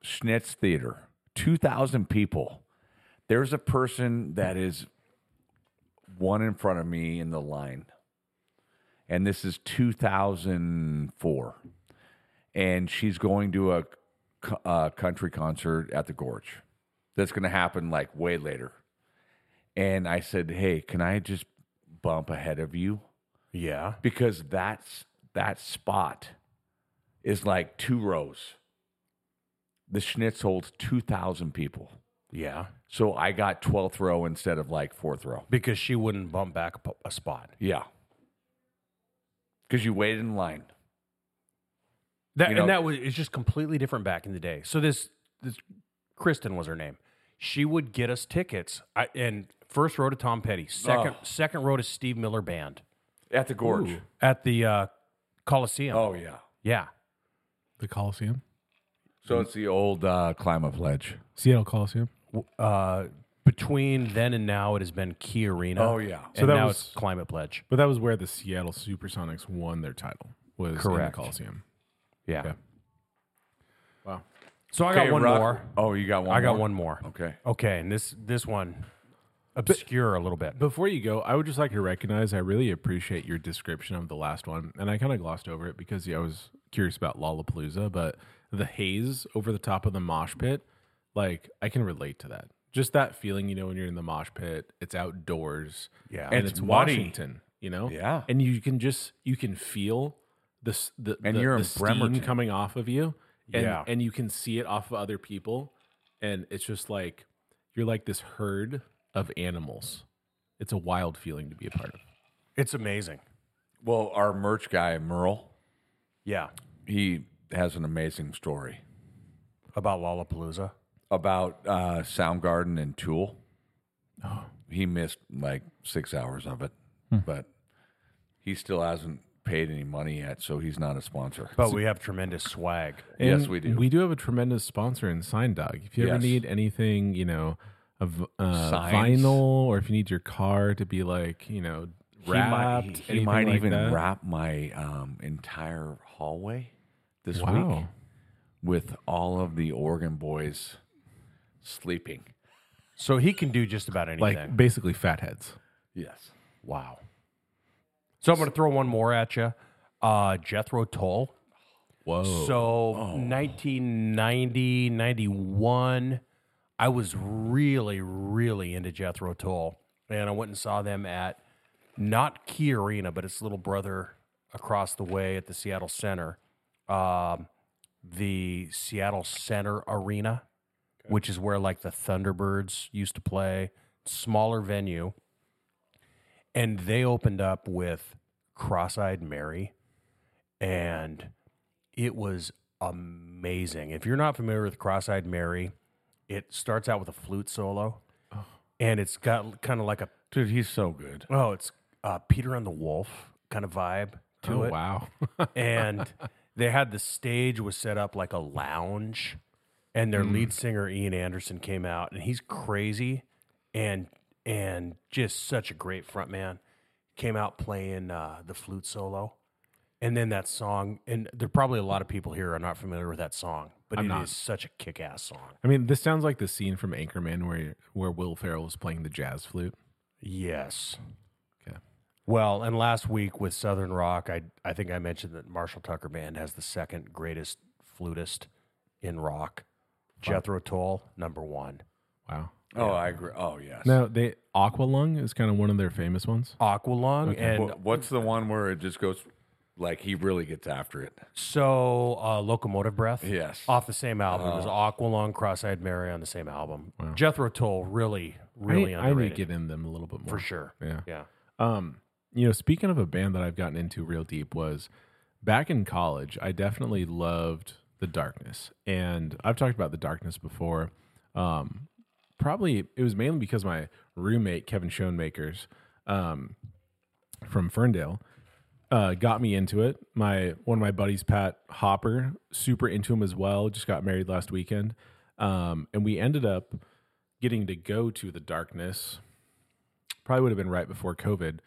B: Schnitz Theater. 2,000 people. There's a person that is one in front of me in the line. And this is 2004. And she's going to a, co- a country concert at the Gorge. That's going to happen like way later. And I said, "Hey, can I just bump ahead of you?"
C: Yeah.
B: because that's that spot is like two rows. The Schnitz holds two thousand people,
C: Yeah.
B: so I got twelfth row instead of like fourth row.
C: Because she wouldn't bump back a po- a spot.
B: Yeah, because you waited in line.
C: That
B: You know-
C: and that was it's just completely different back in the day. So this this Kristen was her name. She would get us tickets. I, and first row to Tom Petty, second second row to Steve Miller Band
B: At the gorge.
C: at the uh, Coliseum.
B: Oh yeah.
C: yeah,
A: The Coliseum,
B: So it's the old uh, climb of ledge.
A: Seattle Coliseum.
C: W- uh, between then and now, it has been Key Arena.
B: Oh, yeah.
C: and
A: So that
C: now
A: was-
C: it's Climate Pledge.
A: But that was where the Seattle Supersonics won their title. Was in the
C: Correct.
A: Coliseum.
C: Yeah.
A: Yeah. Wow.
C: So I got
B: Okay,
C: one
B: Rock-
C: more.
B: Oh, you got one.
C: I got
B: more?
C: one more.
B: Okay.
C: Okay, and this this one obscure a little bit.
A: Before you go, I would just like to recognize I really appreciate your description of the last one, and I kind of glossed over it because yeah, I was curious about Lollapalooza, but the haze over the top of the mosh pit, like I can relate to that. Just that feeling, you know, when you're in the mosh pit, it's outdoors,
C: Yeah.
A: and
B: It's
A: it's,
B: muddy.
A: Washington, you know,
B: Yeah.
A: and you can just you can feel this the
B: And
A: the-
B: you're
A: the
B: in
A: steam
B: Bremerton.
A: coming off of you, and
C: Yeah.
A: and you can see it off of other people, and it's just like you're like this herd of animals. It's a wild feeling to be a part of.
C: It's amazing.
B: Well, our merch guy Merle,
C: Yeah.
B: he has an amazing story
C: About Lollapalooza.
B: about uh, Soundgarden and Tool. He missed like six hours of it, but he still hasn't paid any money yet, so he's not a sponsor.
C: But we have tremendous swag.
B: Yes,
A: And
B: we do.
A: We do have a tremendous sponsor in Sign Dog. If you ever
B: Yes.
A: need anything, you know, of uh,
B: Signs.
A: vinyl, or if you need your car to be like, you know, wrapped,
B: he might,
A: anything like
B: even
A: that.
B: wrap my um, entire hallway this
A: Wow.
B: week with all of the Oregon boys sleeping.
C: So he can do just about
A: Like
C: anything.
A: basically fatheads.
B: Yes.
C: wow. So I'm going to throw one more at you. Uh, Jethro Tull.
A: Whoa.
C: So 1990, 91, I was really, really into Jethro Tull. And I went and saw them at not Key Arena, but its little brother across the way at the Seattle Center. Um, the Seattle Center Arena, which is where like the Thunderbirds used to play, smaller venue. And they opened up with Cross Eyed Mary. And it was amazing. If you're not familiar with Cross Eyed Mary, it starts out with a flute solo, and it's got kind of like a
B: Dude, he's so good.
C: oh, it's uh, Peter and the Wolf kind of vibe to
A: oh,
C: it.
A: wow. [laughs]
C: And they had the stage was set up like a lounge, and their lead singer Ian Anderson came out, and he's crazy, and and just such a great front man. Came out playing uh, the flute solo. And then that song, and there are probably a lot of people here are not familiar with that song, but it is
A: not.
C: such a kick-ass song.
A: I mean, this sounds like the scene from Anchorman where where Will Ferrell was playing the jazz flute.
C: Yes.
A: Okay.
C: Well, and last week with Southern Rock, I I think I mentioned that Marshall Tucker Band has the second greatest flutist in rock. Jethro Tull, number one.
A: Wow.
B: Oh, I agree. Oh, yes.
A: Now, they Aqualung is kind of one of their famous ones.
C: Aqualung, and
B: Wha- What's the one where it just goes like he really gets after it?
C: so uh, Locomotive Breath.
B: Yes.
C: Off the same album.
A: Oh.
C: It was Aqualung, Cross Eyed Mary on the same album. Jethro Tull, really,
A: I
C: really
A: need- I, need
C: underrated.
A: to get in them a little bit more.
C: for sure.
A: Yeah.
C: Yeah.
A: Um, you know, speaking of a band that I've gotten into real deep was back in college, I definitely loved The Darkness. And I've talked about The Darkness before. Um, probably it was mainly because my roommate, Kevin Schoenmakers, um, from Ferndale, uh, got me into it. My one of my buddies, Pat Hopper, super into him as well. Just got married last weekend, um, and we ended up getting to go to the darkness. Probably would have been right before COVID.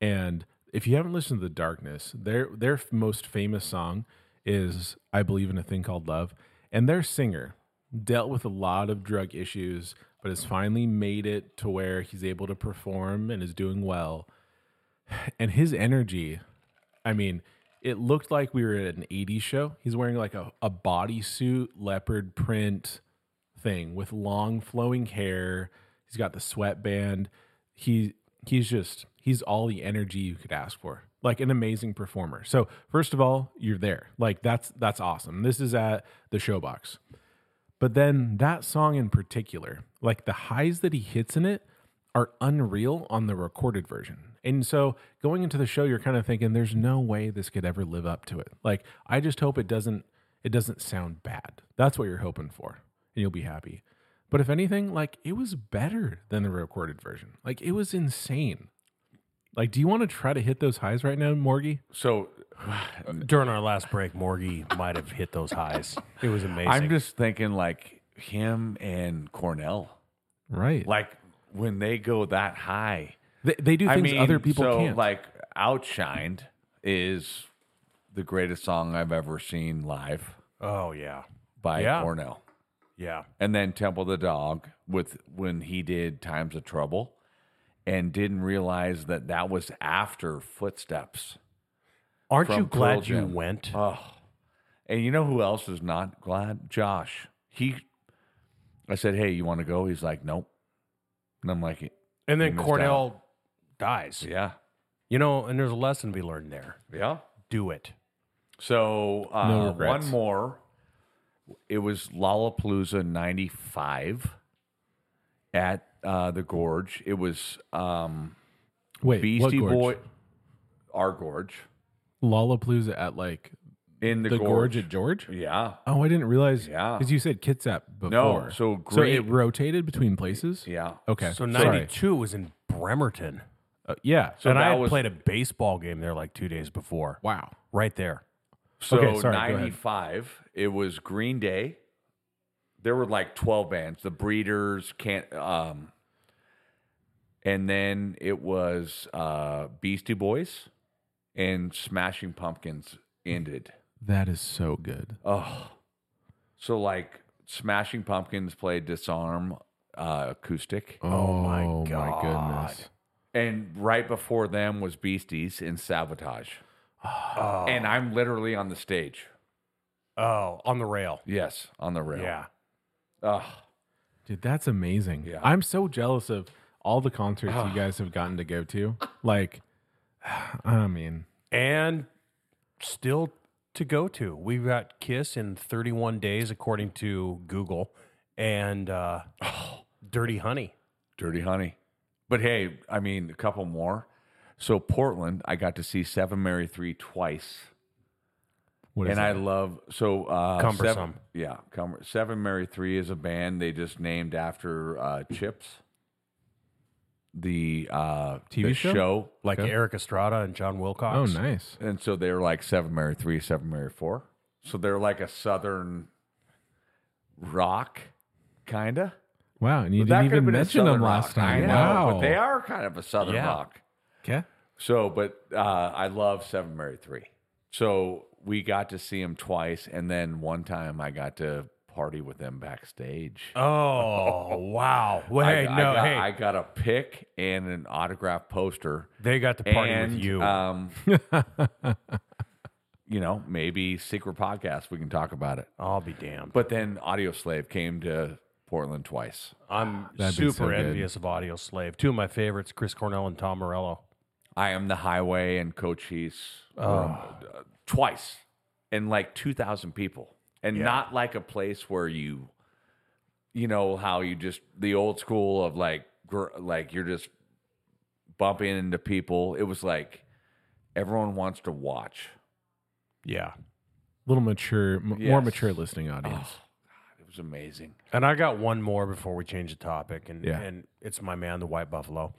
A: And if you haven't listened to the darkness, their their f- most famous song is "I Believe in a Thing Called Love," and their singer dealt with a lot of drug issues, but has finally made it to where he's able to perform and is doing well [sighs] and his energy i mean it looked like we were at an 80s show he's wearing like a, a bodysuit leopard print thing with long flowing hair he's got the sweatband he he's just he's all the energy you could ask for like an amazing performer so first of all you're there like that's that's awesome this is at the showbox but then that song in particular, like the highs that he hits in it are unreal on the recorded version. And so going into the show, you're kind of thinking, there's no way this could ever live up to it. Like, I just hope it doesn't it doesn't sound bad. That's what you're hoping for. And you'll be happy. But if anything, like it was better than the recorded version. Like it was insane. Like, do you want to try to hit those highs right now, Morgy?
B: So
C: During our last break, Morgy might have hit those highs. It was amazing.
B: I'm just thinking like him and Cornell.
A: Right. Like
B: Like when they go that high,
A: they, they do
B: I
A: things
B: mean,
A: other people
B: so,
A: can't.
B: Like Outshined is the greatest song I've ever seen live
C: oh yeah,
B: by
C: Yeah.
B: Cornell.
C: yeah.
B: and then Temple the Dog with when he did Times of Trouble, and didn't realize that that was after Footsteps.
C: Aren't
B: From
C: you glad
B: Pearl Jam.
C: you went?
B: Oh, and you know who else is not glad? Josh. He, I said, hey, you want to go? He's like, nope. And I'm like,
C: and
B: you
C: then
B: missed
C: Cornell dies.
B: yeah,
C: You know, and there's a lesson to be learned there.
B: yeah.
C: Do it.
B: So uh,
A: No regrets.
B: one more. It was Lollapalooza '95 at uh, the Gorge. It was um,
A: Wait,
B: Beastie
A: what gorge?
B: Boy, our gorge
A: Lollapalooza at like
B: in the,
A: the, gorge.
B: gorge.
A: at George?
B: Yeah,
A: Oh, I didn't realize.
B: Yeah.
A: Because you said Kitsap before.
B: so
A: So it
B: great-
A: rotated between places?
B: yeah.
A: Okay.
C: So
A: sorry.
C: '92 was in Bremerton,
A: Uh, yeah.
B: So
C: and
B: that
C: I had
B: was-
C: played a baseball game there like two days before.
A: wow.
C: Right there.
B: So
A: Okay, sorry, go ahead.
B: '95, it was Green Day. There were like 12 bands. The Breeders can't. Um, and then it was uh, Beastie Boys, and Smashing Pumpkins ended.
A: That is so good.
B: Oh, so like Smashing Pumpkins played "Disarm" uh, acoustic.
A: Oh,
C: my
A: my goodness.
B: And right before them was Beasties and Sabotage.
A: Oh.
B: And I'm literally on the stage.
C: Oh, on the rail.
B: Yes, on the rail.
C: Yeah.
B: Ugh.
A: Dude, that's amazing.
B: Yeah.
A: I'm so jealous of all the concerts you guys have gotten to go to. Like, [sighs] I mean,
C: and still to go to. We've got Kiss in 31 days, according to Google,
B: [sighs]
C: and uh, Dirty Honey.
B: Dirty Honey. But hey, I mean, a couple more. So Portland, I got to see Seven Mary Three twice,
A: what is
B: and I
A: that?
B: love so uh,
C: Cumbersome.
B: Seven, yeah, Cumber, Seven Mary Three is a band they just named after uh, Chips, the uh,
A: TV
B: the
A: show?
B: show
C: Like
A: Okay.
C: Eric Estrada and John Wilcox.
A: oh, nice.
B: And so they're like seven Mary three, seven Mary four. So they're like a southern rock, kinda.
A: Wow. And you
B: That
A: didn't
B: could have
A: even
B: been a
A: mention them
B: southern
A: last
B: rock. I
A: time.
B: know,
A: wow.
B: but they are kind of a southern
C: Yeah.
B: rock.
A: Okay.
B: So, but uh, I love seven Mary three. So we got to see him twice, and then one time I got to party with them backstage.
C: Oh, wow. Well,
B: I,
C: hey,
B: I
C: no,
B: got,
C: hey,
B: I got a pic and an autograph poster.
C: they got to party
B: and,
C: with you. [laughs]
B: Um, you know, maybe secret podcast. We can talk about it.
C: I'll be damned.
B: But then Audio Slave came to Portland twice.
C: I'm
A: That'd be
C: super
A: so good.
C: envious of Audio Slave. Two of my favorites, Chris Cornell and Tom Morello.
B: I am the Highway and Cochise uh, twice, and like two thousand people, and not like a place where you, you know how you just the old school of like gr- like you're just bumping into people. It was like everyone wants to watch.
C: Yeah.
A: little mature, m- more
B: Yes.
A: mature listening audience.
B: It was amazing.
C: And I got one more before we change the topic, and
A: Yeah.
C: and it's my man, the White Buffalo,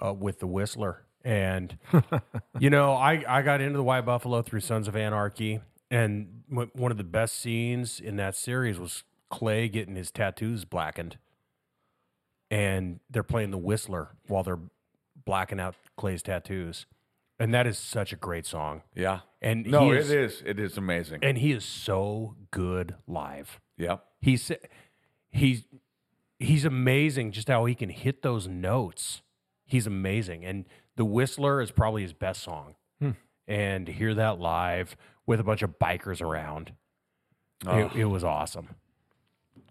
C: uh, with the Whistler. And [laughs] you know, I I got into the White Buffalo through Sons of Anarchy, and w- one of the best scenes in that series was Clay getting his tattoos blackened, and they're playing the Whistler while they're blacking out Clay's tattoos, and that is such a great song.
B: Yeah.
C: And
B: No,
C: he
B: it is. It is amazing.
C: and he is so good live.
B: yep.
C: He's he's he's amazing just how he can hit those notes. He's amazing, and the Whistler is probably his best song.
A: Hmm.
C: And to hear that live with a bunch of bikers around, it, it was awesome.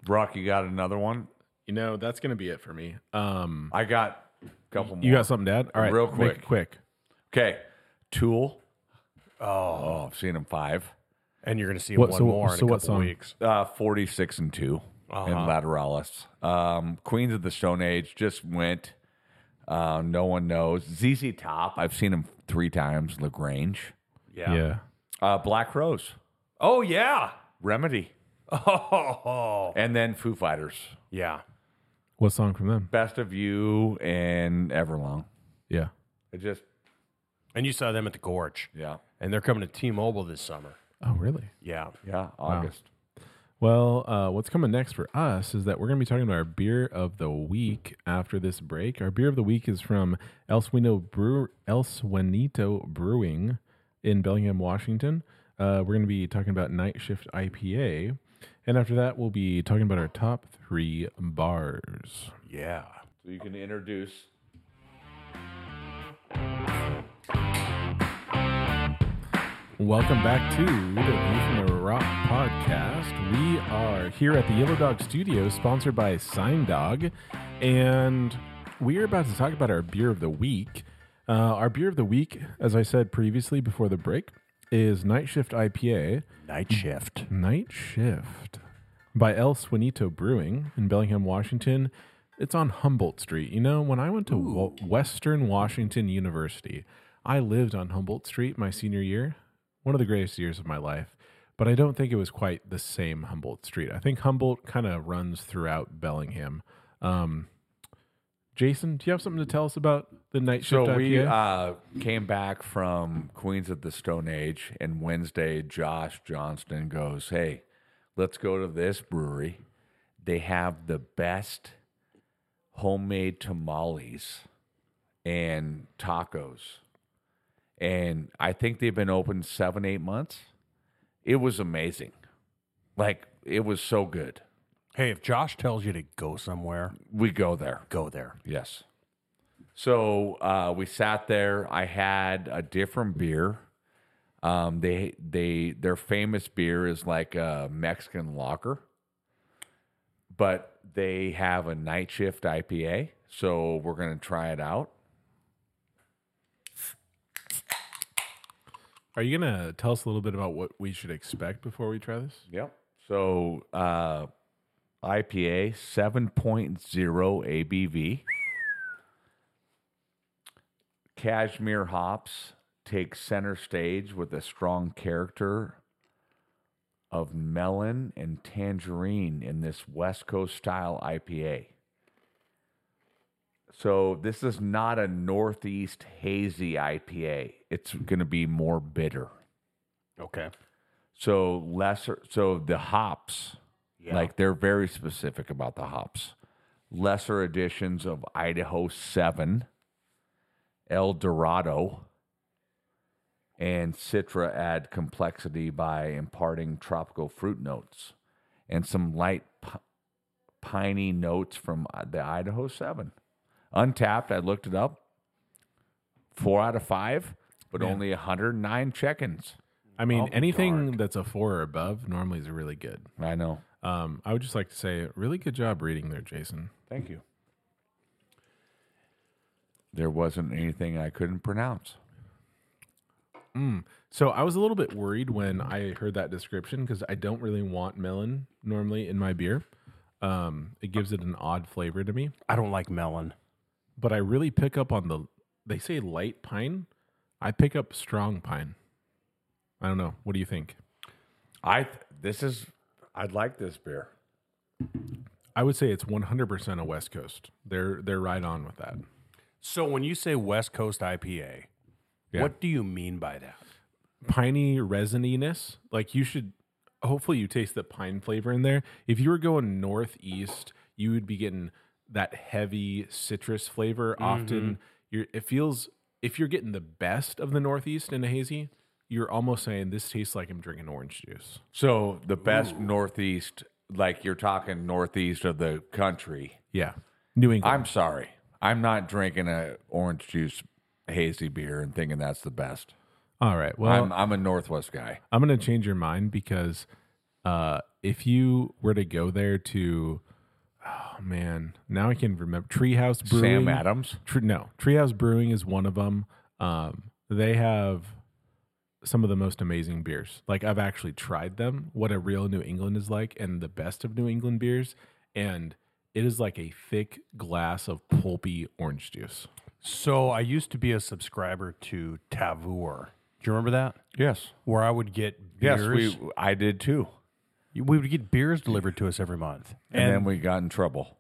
B: Brock, you got another one?
A: You know, that's going to be it for me. Um,
B: I got a couple more.
A: you got something, Dad? All right.
B: Real
A: Make it
B: quick.
A: quick.
B: Okay. Tool. Oh. I've seen him five.
C: And you're going to see him
A: What-
C: one
A: so-
C: more in
A: so
C: a
A: what
C: couple
A: song?
C: weeks.
B: Uh, 46 and 2 and Lateralis. Um, Queens of the Stone Age just went. Uh, no one knows. ZZ Top. I've seen him three times. LaGrange.
C: Yeah.
A: yeah.
B: Uh, Black Rose.
C: Oh yeah.
B: Remedy.
C: Oh
B: Oh. And then Foo Fighters.
C: yeah.
A: What song from them?
B: Best of You and Everlong.
A: Yeah.
B: It just
C: And you saw them at the Gorge,
B: yeah
C: and they're coming to T-Mobile this summer.
A: Oh, really?
C: Yeah,
B: yeah August.
A: Well, uh, what's coming next for us is that we're going to be talking about our beer of the week after this break. Our beer of the week is from El Sueno Brew- El Suenito Brewing in Bellingham, Washington. Uh, we're going to be talking about Night Shift IPA. And after that, we'll be talking about our top three bars.
C: yeah.
B: So you can introduce.
A: Welcome back to the View from the Rock podcast. We are here at the Yellow Dog Studio, sponsored by Sign Dog, and we are about to talk about our beer of the week. Uh, our beer of the week, as I said previously before the break, is Night Shift IPA.
C: Night shift.
A: Night Shift by El Suenito Brewing in Bellingham, Washington. It's on Humboldt Street. You know, when I went to Wa- Western Washington University, I lived on Humboldt Street my senior year, one of the greatest years of my life. But I don't think it was quite the same Humboldt Street. I think Humboldt kind of runs throughout Bellingham. Um, Jason, do you have something to tell us about the night shift?
B: So we
A: IPA?
B: uh, came back from Queens of the Stone Age, and Wednesday, Josh Johnston goes, "Hey, let's go to this brewery. They have the best homemade tamales and tacos, and I think they've been open seven, eight months. It was amazing. Like it was so good.
C: Hey, if Josh tells you to go somewhere,
B: We go there.
C: go there.
B: Yes. So uh, we sat there. I had a different beer. Um, they they their famous beer is like a Mexican locker, but they have a night shift IPA. So we're gonna try it out.
A: are you gonna tell us a little bit about what we should expect before we try this?
B: Yep. So uh, IPA 7.0 ABV. Cashmere hops take center stage with a strong character of melon and tangerine in this West Coast style IPA. So this is not a Northeast hazy IPA. It's going to be more bitter.
C: Okay.
B: So lesser so the hops. Like they're very specific about the hops. Lesser editions of Idaho 7, El Dorado, and Citra add complexity by imparting tropical fruit notes and some light p- piney notes from uh, the Idaho 7. Untapped, I looked it up. 4 out of 5, but only 109 check-ins.
A: I mean,
C: be
A: anything that's a four or above normally is really good.
B: I know.
A: Um, I would just like to say, really good job reading there, Jason.
B: Thank you. There wasn't anything I couldn't pronounce.
A: So I was a little bit worried when I heard that description because I don't really want melon normally in my beer. Um, it gives it an odd flavor to me,
C: I don't like melon.
A: but I really pick up on the. They say light pine. I pick up strong pine. I don't know. What do you think?
B: I th- this is I'd like this beer.
A: I would say it's 100% a West Coast. They're they're right on with that.
C: So when you say West Coast IPA,
A: Yeah.
C: what do you mean by that?
A: piney resininess. Like you should hopefully you taste the pine flavor in there. If you were going northeast, you would be getting that heavy citrus flavor.
B: Mm-hmm.
A: Often you're it feels if you're getting the best of the northeast in a hazy, you're almost saying this tastes like I'm drinking orange juice.
B: So the best northeast, like you're talking northeast of the country.
A: Yeah. New England.
B: I'm sorry, I'm not drinking a orange juice hazy beer and thinking that's the best.
A: All right. Well,
B: I'm I'm a northwest guy.
A: I'm gonna change your mind because uh, if you were to go there to, oh man, now I can remember Treehouse Brewing.
B: Sam Adams.
A: Tr- no, Treehouse Brewing is one of them. Um, they have some of the most amazing beers. Like I've actually tried them. What a real New England is like, and the best of New England beers. And it is like a thick glass of pulpy orange juice.
C: So I used to be a subscriber to Tavour. Do you remember that?
B: Yes.
C: Where I would get
B: Yes,
C: beers.
B: we I did too.
C: we, would get beers delivered to us every month.
B: And, then we got in trouble.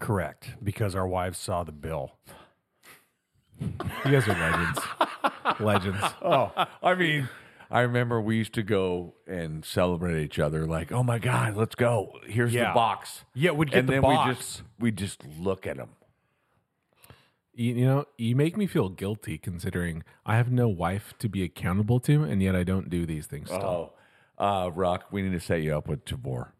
C: Correct, because our wives saw the bill.
A: You guys are legends.
B: [laughs]
A: legends.
B: I mean, I remember we used to go and celebrate each other, like, "Oh my god, let's go! Here's
C: Yeah.
B: the box."
C: Yeah, we'd get
B: and
C: the
B: then
C: box.
B: we just we just look at them.
A: You, you know, you make me feel guilty considering I have no wife to be accountable to, and yet I don't do these things. Still.
B: Oh, uh, Rock, we need to set you up with Tabor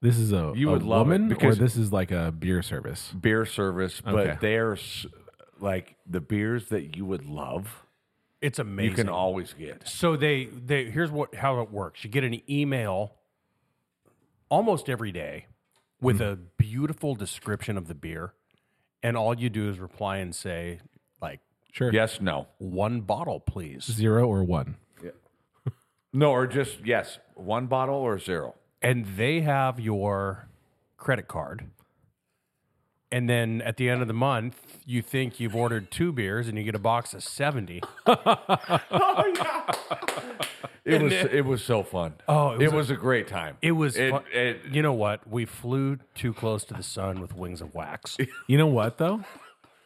A: This is a
B: You
A: a
B: would love it
A: woman,
B: because-
A: or this is like a beer service.
B: beer service, but
A: Okay.
B: they're s- like the beers that you would love.
C: it's
B: You
C: amazing.
B: can always get.
C: So they they here's what how it works. You get an email almost every day with a beautiful description of the beer, and all you do is reply and say like
A: Sure.
B: Yes, no,
C: one bottle, please.
A: Zero or one.
B: no, or just yes, one bottle or zero.
C: And they have your credit card. And then at the end of the month, you think you've ordered two beers and you get a box of 70.
B: It was it was so fun.
C: Oh, it
B: it
C: was
B: was a, great time.
C: It was,
B: It,
C: fun-
B: it-
C: you know what? We flew too close to the sun with wings of
B: [laughs]
C: wax.
A: You know what though?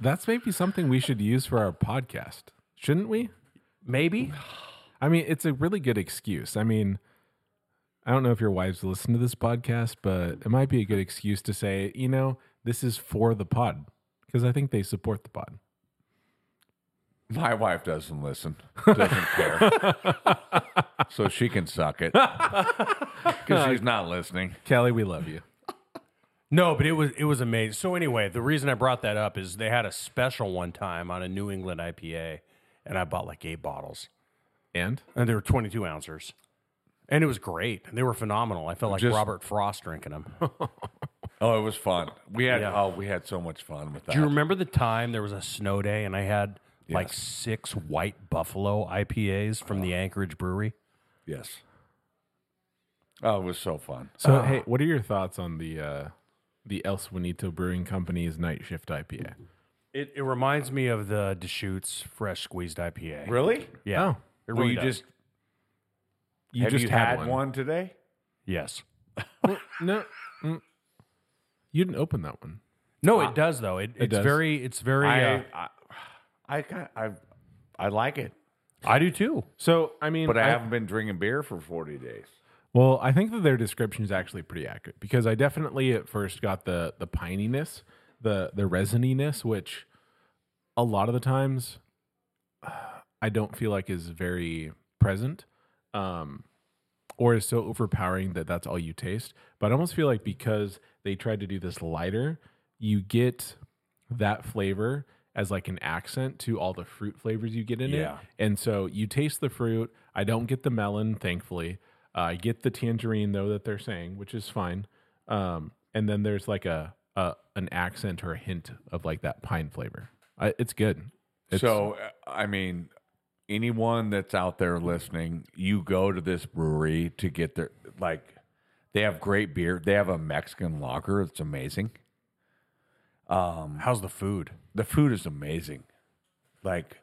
A: That's maybe something we should use for our podcast, shouldn't we?
C: Maybe.
A: I mean, it's a really good excuse. I mean, I don't know if your wives listen to this podcast, but it might be a good excuse to say, you know, this is for the pod because I think they support the pod.
B: My wife doesn't listen, doesn't [laughs] care. so she can suck [laughs] it. Because she's not listening.
A: Kelly, we love you.
C: No, but it was it was amazing. So anyway, the reason I brought that up is they had a special one time on a New England IPA, and I bought like eight bottles,
A: And
C: and they were twenty two ounces, and it was great. They were phenomenal. I felt like
B: Just-
C: Robert Frost drinking [laughs] them.
B: Oh, it was fun. We had
C: Yeah.
B: oh, we had so much fun with that.
C: Do you remember the time there was a snow day and I had like six white buffalo IPAs from the Anchorage Brewery?
B: yes. Oh, it was so fun.
A: so, hey, what are your thoughts on the uh, the El Suenito Brewing Company's Night Shift IPA?
C: It, it reminds me of the Deschutes fresh squeezed IPA.
B: Really?
C: Yeah.
A: Oh.
C: It
B: Were
C: really
B: you
C: does.
B: just
A: You
B: have
A: just
B: you
A: had,
B: one.
A: one.
B: today?
C: yes.
A: No, mm. you didn't open that one.
C: No, it does though. It, it's
A: does.
C: very it's very uh,
B: I, I I got I I like it.
C: I do too.
A: So, I mean,
B: But I, haven't been drinking beer for forty days.
A: Well, I think that their description is actually pretty accurate because I definitely at first got the the pininess, the the resininess, which a lot of the times [sighs] uh, I don't feel like is very present, um, or is so overpowering that that's all you taste. But I almost feel like because they tried to do this lighter, you get that flavor as like an accent to all the fruit flavors you get in
C: Yeah.
A: it. And so you taste the fruit. I don't get the melon, thankfully. Uh, I get the tangerine though that they're saying, which is fine. Um, and then there's like a, a an accent or a hint of like that pine flavor. I, it's good. It's,
B: so uh, I mean, anyone that's out there listening, you go to this brewery to get their like. They have great beer. They have a Mexican lager. It's amazing. Um,
C: How's the food?
B: The food is amazing, like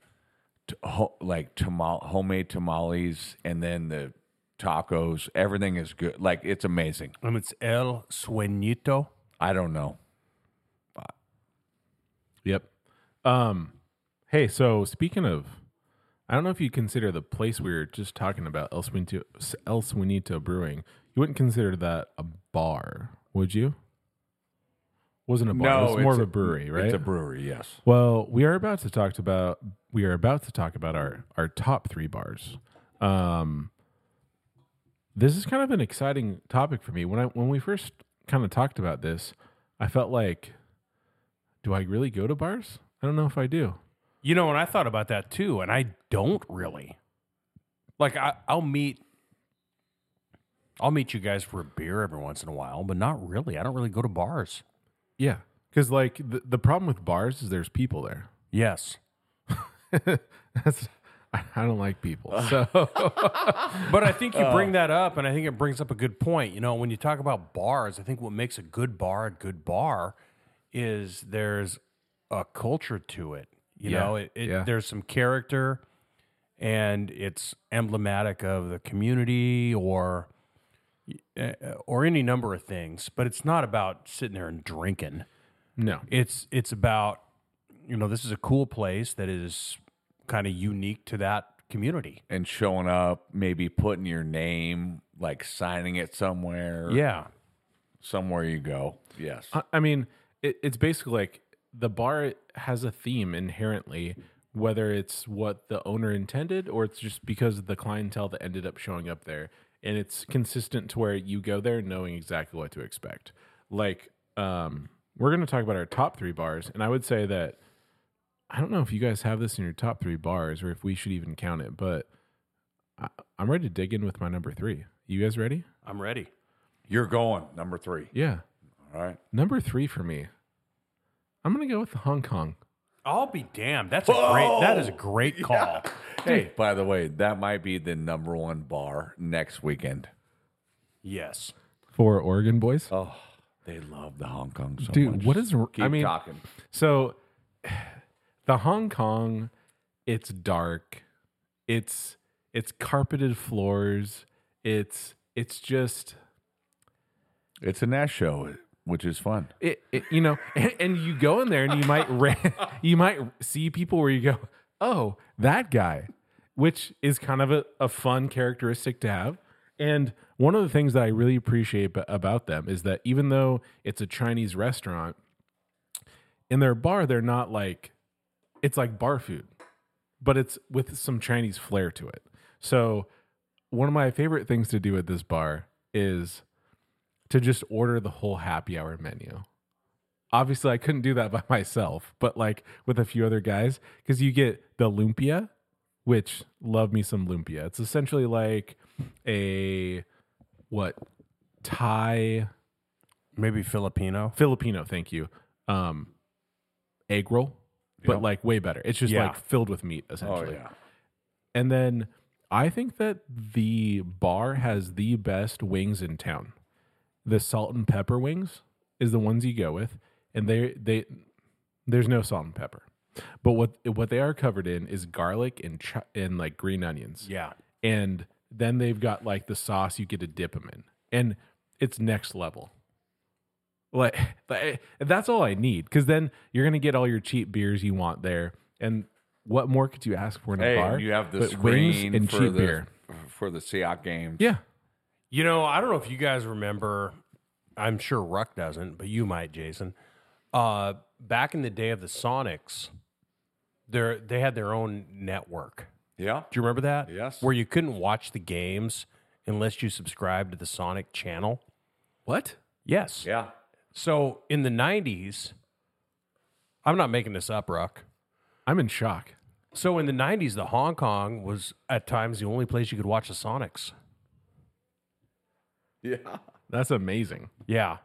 B: t- ho- like tamal homemade tamales, and then the tacos. Everything is good. Like it's amazing.
C: Um, it's El Sueñito.
B: I don't know.
A: Yep. Um, hey, so speaking of, I don't know if you consider the place we were just talking about, El Suenito, El Suenito Brewing. You wouldn't consider that a bar, would you? Wasn't a bar. it's more of a brewery, right?
B: It's a brewery. Yes.
A: Well, we are about to talk about we are about to talk about our our top three bars. Um, this is kind of an exciting topic for me. When I when we first kind of talked about this, I felt like, do I really go to bars? I don't know if I do.
C: You know, and I thought about that too, and I don't really. Like I, I'll meet, I'll meet you guys for a beer every once in a while, but not really. I don't really go to bars.
A: Yeah, because like the the problem with bars is there's people there. [laughs]
C: Yes,
A: That's I I don't like [laughs] people. So
C: but I think
A: Uh.
C: you bring that up, and I think it brings up a good point. You know, when you talk about bars, I think what makes a good bar a good bar is there's a culture to it. You
A: Yeah,
C: know, it, it,
A: yeah.
C: there's some character, and it's emblematic of the community or uh, or any number of things. But it's not about sitting there and drinking.
A: No.
C: It's it's about you know this is a cool place that is kind of unique to that community.
B: and showing up, maybe putting your name, like signing it somewhere.
C: Yeah.
B: Somewhere you go. Uh, Yes.
A: I, I mean, it, it's basically like the bar has a theme inherently, whether it's what the owner intended or it's just because of the clientele that ended up showing up there. And it's consistent to where you go there knowing exactly what to expect. Like, um, we're going to talk about our top three bars. And I would say that I don't know if you guys have this in your top three bars or if we should even count it, but I, I'm ready to dig in with my number three. You guys ready?
C: I'm ready.
B: You're going number three.
A: Yeah.
B: All right.
A: Number three for me. I'm gonna go with Hong Kong.
C: I'll be damned. That's a great that is
B: [laughs]
C: a great call.
B: Hey, by the way, that might be the number one bar next weekend.
C: Yes.
A: For Oregon boys.
B: Oh, they love the Hong Kong so
A: Dude,
B: much.
A: what is
B: Keep
A: I mean
B: talking.
A: so [sighs] the Hong Kong, it's dark, it's it's carpeted floors, it's it's just
B: It's a Nash show, which is fun.
A: it, it you know, [laughs] and, and you go in there and you might ra- [laughs] you might see people where you go, oh, that guy, which is kind of a, a fun characteristic to have. And one of the things that I really appreciate ab- about them is that even though it's a Chinese restaurant, in their bar they're not like it's like bar food, but it's with some Chinese flair to it. So one of my favorite things to do at this bar is to just order the whole happy hour menu. Obviously, I couldn't do that by [laughs] myself, but like with a few other guys, because you get the lumpia, which love me some lumpia. It's essentially like a what Thai
C: Maybe Filipino.
A: Filipino, thank you, um, egg roll, but like way better. It's just
C: Yeah.
A: like filled with meat
B: Oh,
A: essentially.
B: yeah.
A: And then I think that the bar has the best wings in town. The salt and pepper wings is the ones you go with, and they they there's no salt and pepper, but what what they are covered in is garlic and ch- and like green onions.
C: Yeah.
A: And then they've got like the sauce you get to dip them in, and it's next level. Like [laughs] th- that's all I need because then you're gonna get all your cheap beers you want there, and what more could you ask for in a
B: Hey,
A: bar?
B: you have the
A: but
B: screen
A: wings and
B: for
A: cheap
B: the
A: beer.
B: for the Seahawk game.
A: Yeah,
C: You know, I don't know if you guys remember. I'm sure Ruck doesn't, but you might, Jason. Uh, back in the day of the Sonics, they they had their own network.
B: Yeah.
C: Do you remember that?
B: Yes.
C: Where you couldn't watch the games unless you subscribed to the Sonic channel.
A: what?
C: Yes.
B: Yeah.
C: So in the 90s, I'm not making this up, Ruck.
A: I'm in shock.
C: So in the 90s, the Hong Kong was at times the only place you could watch the Sonics.
B: Yeah.
A: That's amazing.
C: Yeah.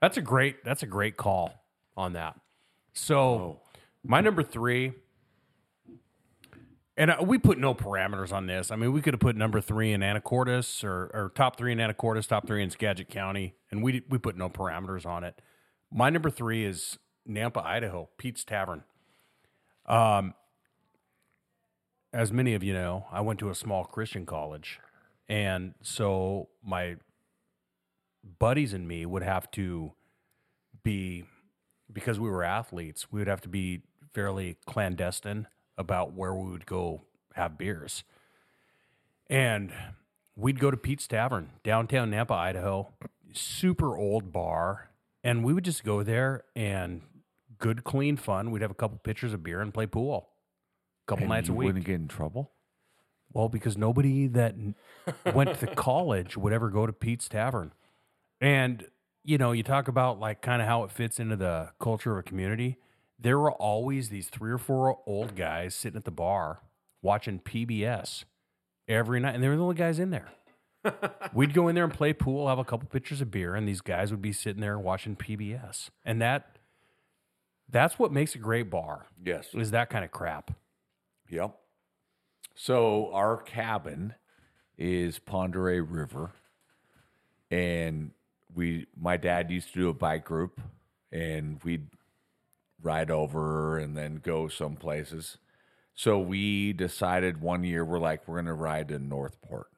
C: That's a great that's a great call on that. So my number three, and uh, we put no parameters on this. I mean, we could have put number three in Anacortes or, or top three in Anacortes, top three in Skagit County, and we we put no parameters on it. My number three is Nampa, Idaho, Pete's Tavern. Um, as many of you know, I went to a small Christian college, and so my buddies and me would have to be because we were athletes we would have to be fairly clandestine about where we would go have beers and we'd go to pete's tavern downtown nampa idaho super old bar and we would just go there and good clean fun we'd have a couple pitchers of beer and play pool a couple nights a
B: you
C: week
B: wouldn't get in trouble.
C: well, because nobody that n- went to college would ever go to Pete's Tavern. And, you know, you talk about like kind of how it fits into the culture of a community. There were always these three or four old guys sitting at the bar watching PBS every night. And they were the only guys in there. We'd go in there and play pool, have a couple pitchers of beer, and these guys would be sitting there watching PBS. And that that's what makes a great bar
B: Yes.
C: is that kind of crap.
B: Yep. So our cabin is Pondere River, and we my dad used to do a bike group, and we'd ride over and then go some places. So we decided one year we're like we're gonna ride to Northport,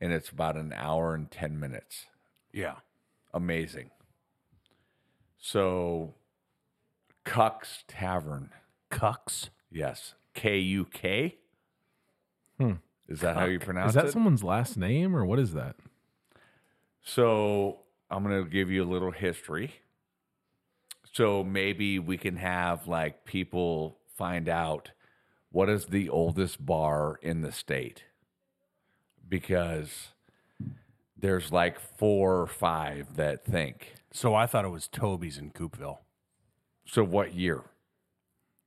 B: and it's about an hour and ten minutes
C: Yeah.
B: amazing. So, Cuck's Tavern.
C: Cucks.
B: Yes. K U K.
A: Hmm.
B: Is that how you pronounce
A: Is that
B: it?
A: someone's last name or what is that?
B: So I'm going to give you a little history. So maybe we can have like people find out what is the oldest bar in the state because there's like four or five that think.
C: So I thought it was Toby's in Coopville,
B: So what year?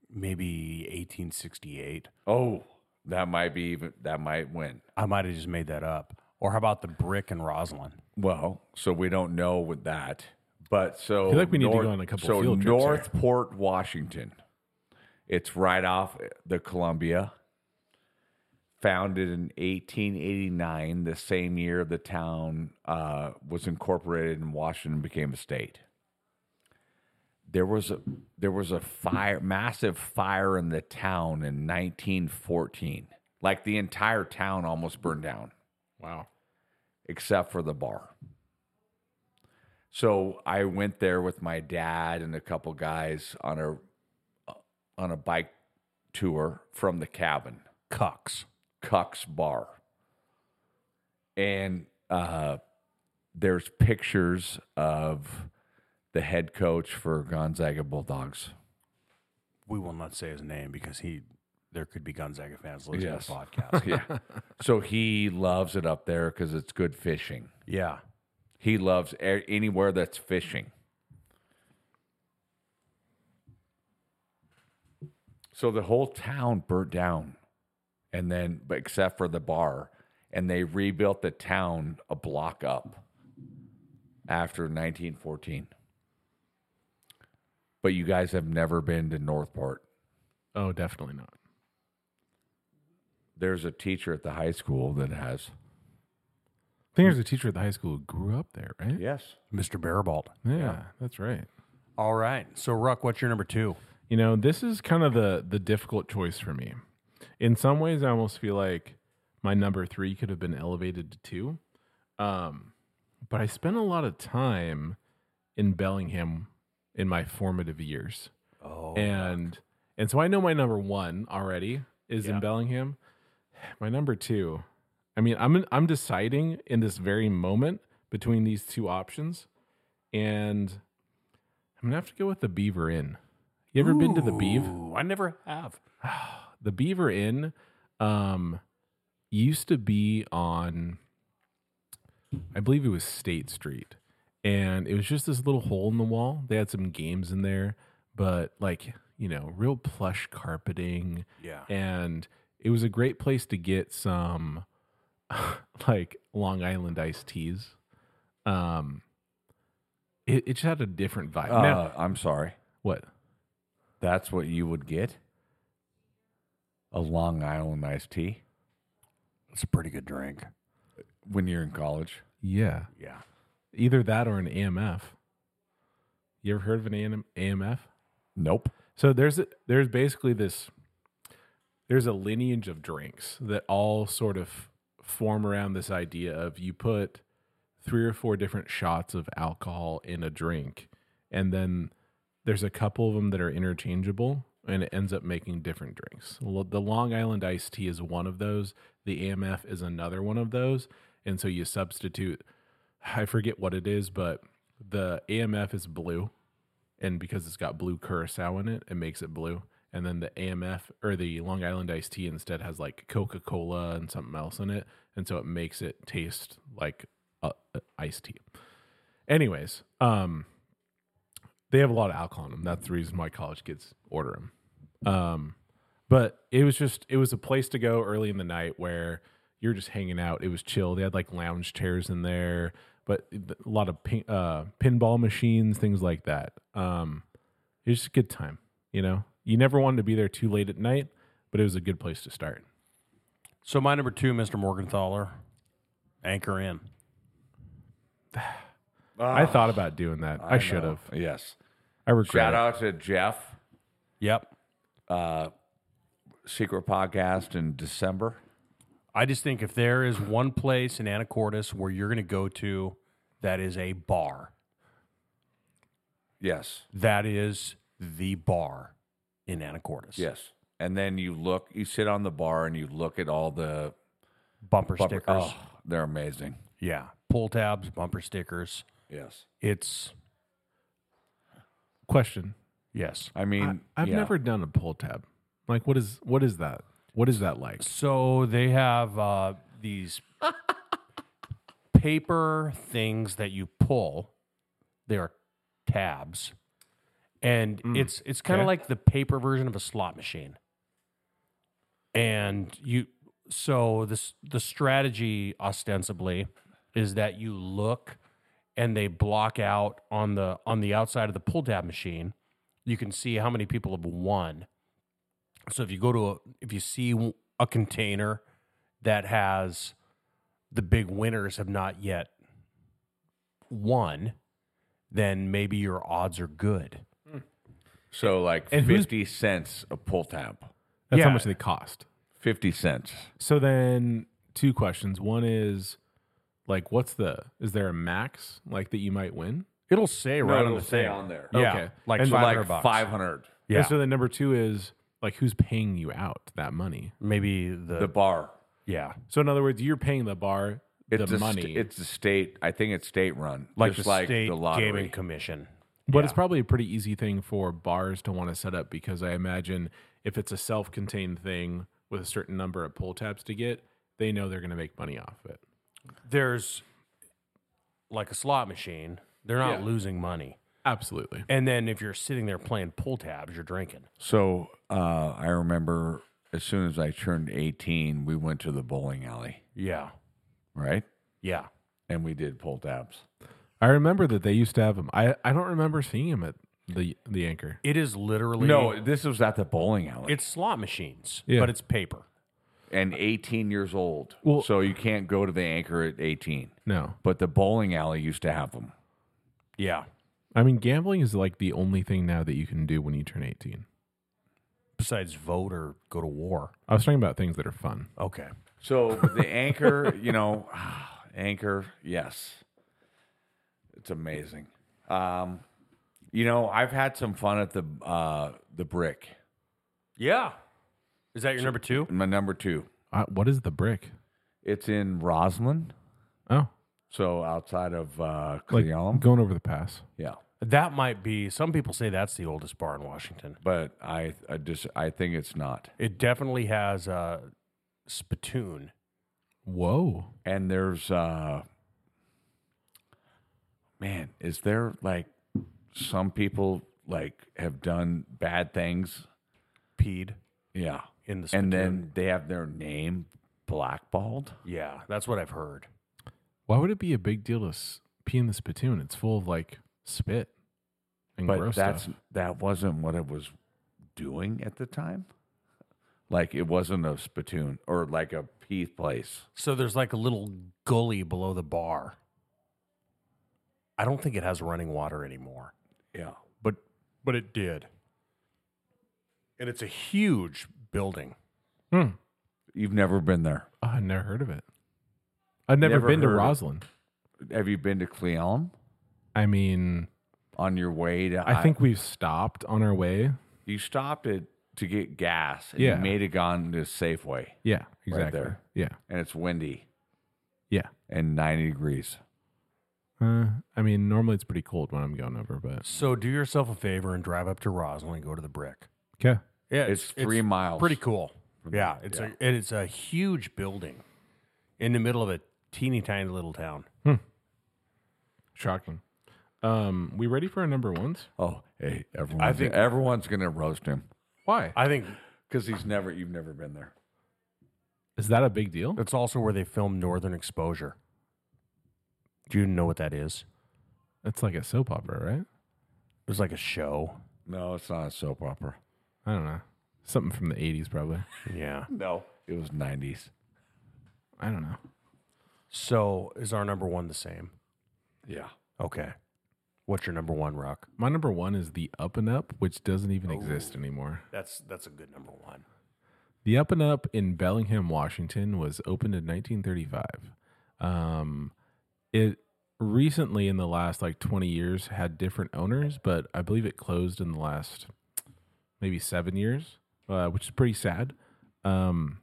C: maybe 1868.
B: Oh, that might be even that might win.
C: I might have just made that up. Or how about the Brick and Roslyn?
B: Well, so we don't know with that. But so I
A: feel like we need to go on a couple
B: So
A: field trips here.
B: Northport, Washington. It's right off the Columbia. Founded in 1889, the same year the town uh, was incorporated in Washington became a state. There was a there was a fire, massive fire in the town in 1914. Like the entire town almost burned down
A: Wow.
B: except for the bar. So I went there with my dad and a couple guys on a on a bike tour from the cabin,
C: Cucks.
B: Cuck's Bar, and uh, there's pictures of the head coach for Gonzaga Bulldogs.
C: We will not say his name because he there could be Gonzaga fans listening
B: Yes.
C: to the
B: [laughs]
C: podcast.
B: Yeah, so he loves it up there because it's good fishing.
C: yeah.
B: He loves a- anywhere that's fishing. So the whole town burnt down, and then but except for the bar, and they rebuilt the town a block up after 1914. But you guys have never been to Northport.
A: Oh, definitely not.
B: There's a teacher at the high school that has.
A: I think there's a teacher at the high school who grew up there, right?
B: Yes.
C: Mr. Barabalt.
A: Yeah, that's right.
C: All right. So Ruck, what's your number two?
A: You know, this is kind of the the difficult choice for me. In some ways, I almost feel like my number three could have been elevated to two, um, but I spent a lot of time in Bellingham in my formative years,
C: Oh
A: and and so I know my number one already is
C: Yeah.
A: in Bellingham. [sighs] My number two, I mean, I'm I'm deciding in this very moment between these two options, and I'm gonna have to go with the Beaver Inn. You ever been to the Beaver?
C: Ooh, I never have.
A: the Beaver Inn um used to be on I believe it was State Street. And it was just this little hole in the wall. They had some games in there, but like, you know, real plush carpeting
C: Yeah.
A: and it was a great place to get some [laughs] like Long Island iced teas. Um it, it just had a different vibe.
B: Uh,
A: Now-
B: I'm sorry.
A: what?
B: That's what you would get. A Long Island iced tea.
C: It's a pretty good drink.
B: when you're in college.
A: Yeah.
C: Yeah.
A: Either that or an AMF. You ever heard of an AM, AMF?
B: Nope.
A: So there's a, there's basically this there's a lineage of drinks that all sort of form around this idea of you put three or four different shots of alcohol in a drink and then there's a couple of them that are interchangeable and it ends up making different drinks. Well, The Long Island iced tea is one of those, the AMF is another one of those, and so you substitute I forget what it is, but the AMF is blue and because it's got blue curacao in it, it makes it blue. And then the AMF or the Long Island iced tea instead has like Coca Cola and something else in it, and so it makes it taste like uh, uh, iced tea. Anyways, um, they have a lot of alcohol in them. That's the reason why college kids order them. Um, but it was just it was a place to go early in the night where you're just hanging out. It was chill. They had like lounge chairs in there, but a lot of pin, uh, pinball machines, things like that. Um, it was just a good time. You know, you never wanted to be there too late at night, but it was a good place to start.
C: So my number two, Mr. Morgenthaler, anchor in.
B: Ah,
A: I thought about doing that. I, should have.
B: Yes.
A: I regret.
B: Shout
A: it.
B: out to Jeff,
C: Yep.
B: Secret Podcast in December.
C: I just think if there is one place in Anacortes where you're going to go to that is a bar,
B: Yes.
C: That is the bar in Anacortes.
B: Yes. And then you look, you sit on the bar and you look at all the
C: Bumper,
B: bumper.
C: stickers.
B: Oh, they're amazing.
C: Yeah. Pull tabs, bumper stickers.
B: Yes.
C: It's
A: Question:
C: yes.
B: I mean,
A: I, have
B: yeah.
A: never done a pull tab. Like, what is what is that? What is that like?
C: So they have uh,
A: [laughs]
C: these paper things that you pull. They are tabs, and it's it's kind of
A: Mm, Okay.
C: like the paper version of a slot machine. And you, so this the strategy ostensibly is that you look and they block out on the on the outside of the pull tab machine. You can see how many people have won. So if you go to a, if you see w- a container that has the big winners have not yet won, then maybe your odds are good.
B: So like
A: And who's-
B: fifty cents a pull tab.
A: That's how
C: Yeah.
A: much they cost.
B: Fifty cents.
A: So then, two questions. One is, like, what's the? Is there a max like that you might win?
C: It'll say right on
B: it'll
C: the
B: say
C: thing.
B: on there.
C: Yeah,
A: Okay.
C: like
A: And so,
C: five
B: Like
C: hundred bucks.
B: five hundred.
C: Yeah,
A: And so then number two is like who's paying you out that money.
C: maybe the,
B: The bar.
C: yeah,
A: So in other words, you're paying the bar
B: It's
A: the
B: a st-
A: money,
B: it's a state. I think it's state run.
C: like
B: just
C: the
B: like
C: state
B: the lottery.
C: gaming commission.
A: but it's probably a pretty easy thing for bars to want to set up because I imagine if it's a self-contained thing with a certain number of pull tabs to get, they know they're going to make money off it.
C: There's like a slot machine. They're not
A: Yeah.
C: losing money.
A: Absolutely.
C: And then if you're sitting there playing pull tabs, you're drinking.
B: So uh, I remember as soon as I turned eighteen, we went to the bowling alley,
C: Yeah,
B: right?
C: yeah.
B: And we did pull tabs.
A: I remember that they used to have them. I, I don't remember seeing them at the the anchor.
C: It is literally
B: No, this was at the bowling alley.
C: It's slot machines,
A: Yeah.
C: but it's paper.
B: and 18 years old.
A: Well-
B: so you can't go to the anchor at 18.
A: No.
B: But the bowling alley used to have them.
C: Yeah.
A: I mean gambling is like the only thing now that you can do when you turn 18.
C: Besides vote or go to war.
A: I was talking about things that are fun.
C: Okay.
B: So the anchor, you know, [sighs] anchor, yes. It's amazing. Um, you know, I've had some fun at the uh, the brick.
C: Yeah. Is that your number two?
B: My number two.
A: Uh, what is the brick?
B: It's in Roslyn,
A: Oh,
B: so outside of uh,
A: like
B: Clealum.
A: going over the pass.
B: yeah,
C: That might be. Some people say that's the oldest bar in Washington.
B: but I, I just I think it's not.
C: It definitely has a spittoon.
A: Whoa.
B: and there's uh man is there like some people like have done bad things
C: Peed
B: yeah
C: in the spittoon.
B: and then they have their name blackballed
C: yeah, that's what I've heard.
A: Why would it be a big deal to s- pee in the spittoon? It's full of like spit and
B: but
A: Mm, gross
B: that's
A: stuff.
B: that wasn't what it was doing at the time like it wasn't a spittoon or like a pea place
C: So there's like a little gully below the bar. I don't think it has running water anymore.
B: yeah
C: but but it did. And it's a huge building.
A: Hmm.
B: you've never been there
A: Oh, I've never heard of it. I've never,
B: Never
A: been to
B: heard of-
A: Roslyn.
B: have you been to Clealum
A: I mean,
B: on your way to
A: I think we've stopped on our way.
B: you stopped it to get gas and
A: Yeah.
B: you made it gone to Safeway
A: Yeah, exactly.
B: there.
A: Yeah,
B: and it's windy
A: yeah.
B: and 90 degrees.
A: Uh, I mean, normally it's pretty cold when I'm going over, but
C: So do yourself a favor and drive up to Roslyn and go to the brick.
A: okay.
C: Yeah,
B: It's, three miles. Mm-hmm.
C: Pretty cool. Yeah, it's a and it's a huge building in the middle of a teeny tiny little town.
A: Shocking. Um, we ready for our number ones?
B: Oh, hey, everyone! I think everyone's gonna roast him
A: Why
C: I think
B: because he's never. You've never been there.
A: is that a big deal?
C: that's also where they filmed Northern Exposure. Do you know what that is?
A: It's like a soap opera, right?
C: It was like a show.
B: No, it's not a soap opera.
A: I don't know. Something from the '80s, probably.
C: Yeah.
B: No, it was 90s.
A: I don't know.
C: So is our number one the same?
B: Yeah,
C: Okay. What's your number one, Rock?
A: My number one is the Up and Up, which doesn't even exist anymore.
C: That's that's a good number one.
A: The Up and Up in Bellingham, Washington was opened in 1935. Um, it recently in the last like 20 years had different owners, but I believe it closed in the last maybe seven years, uh, which is pretty sad. Um,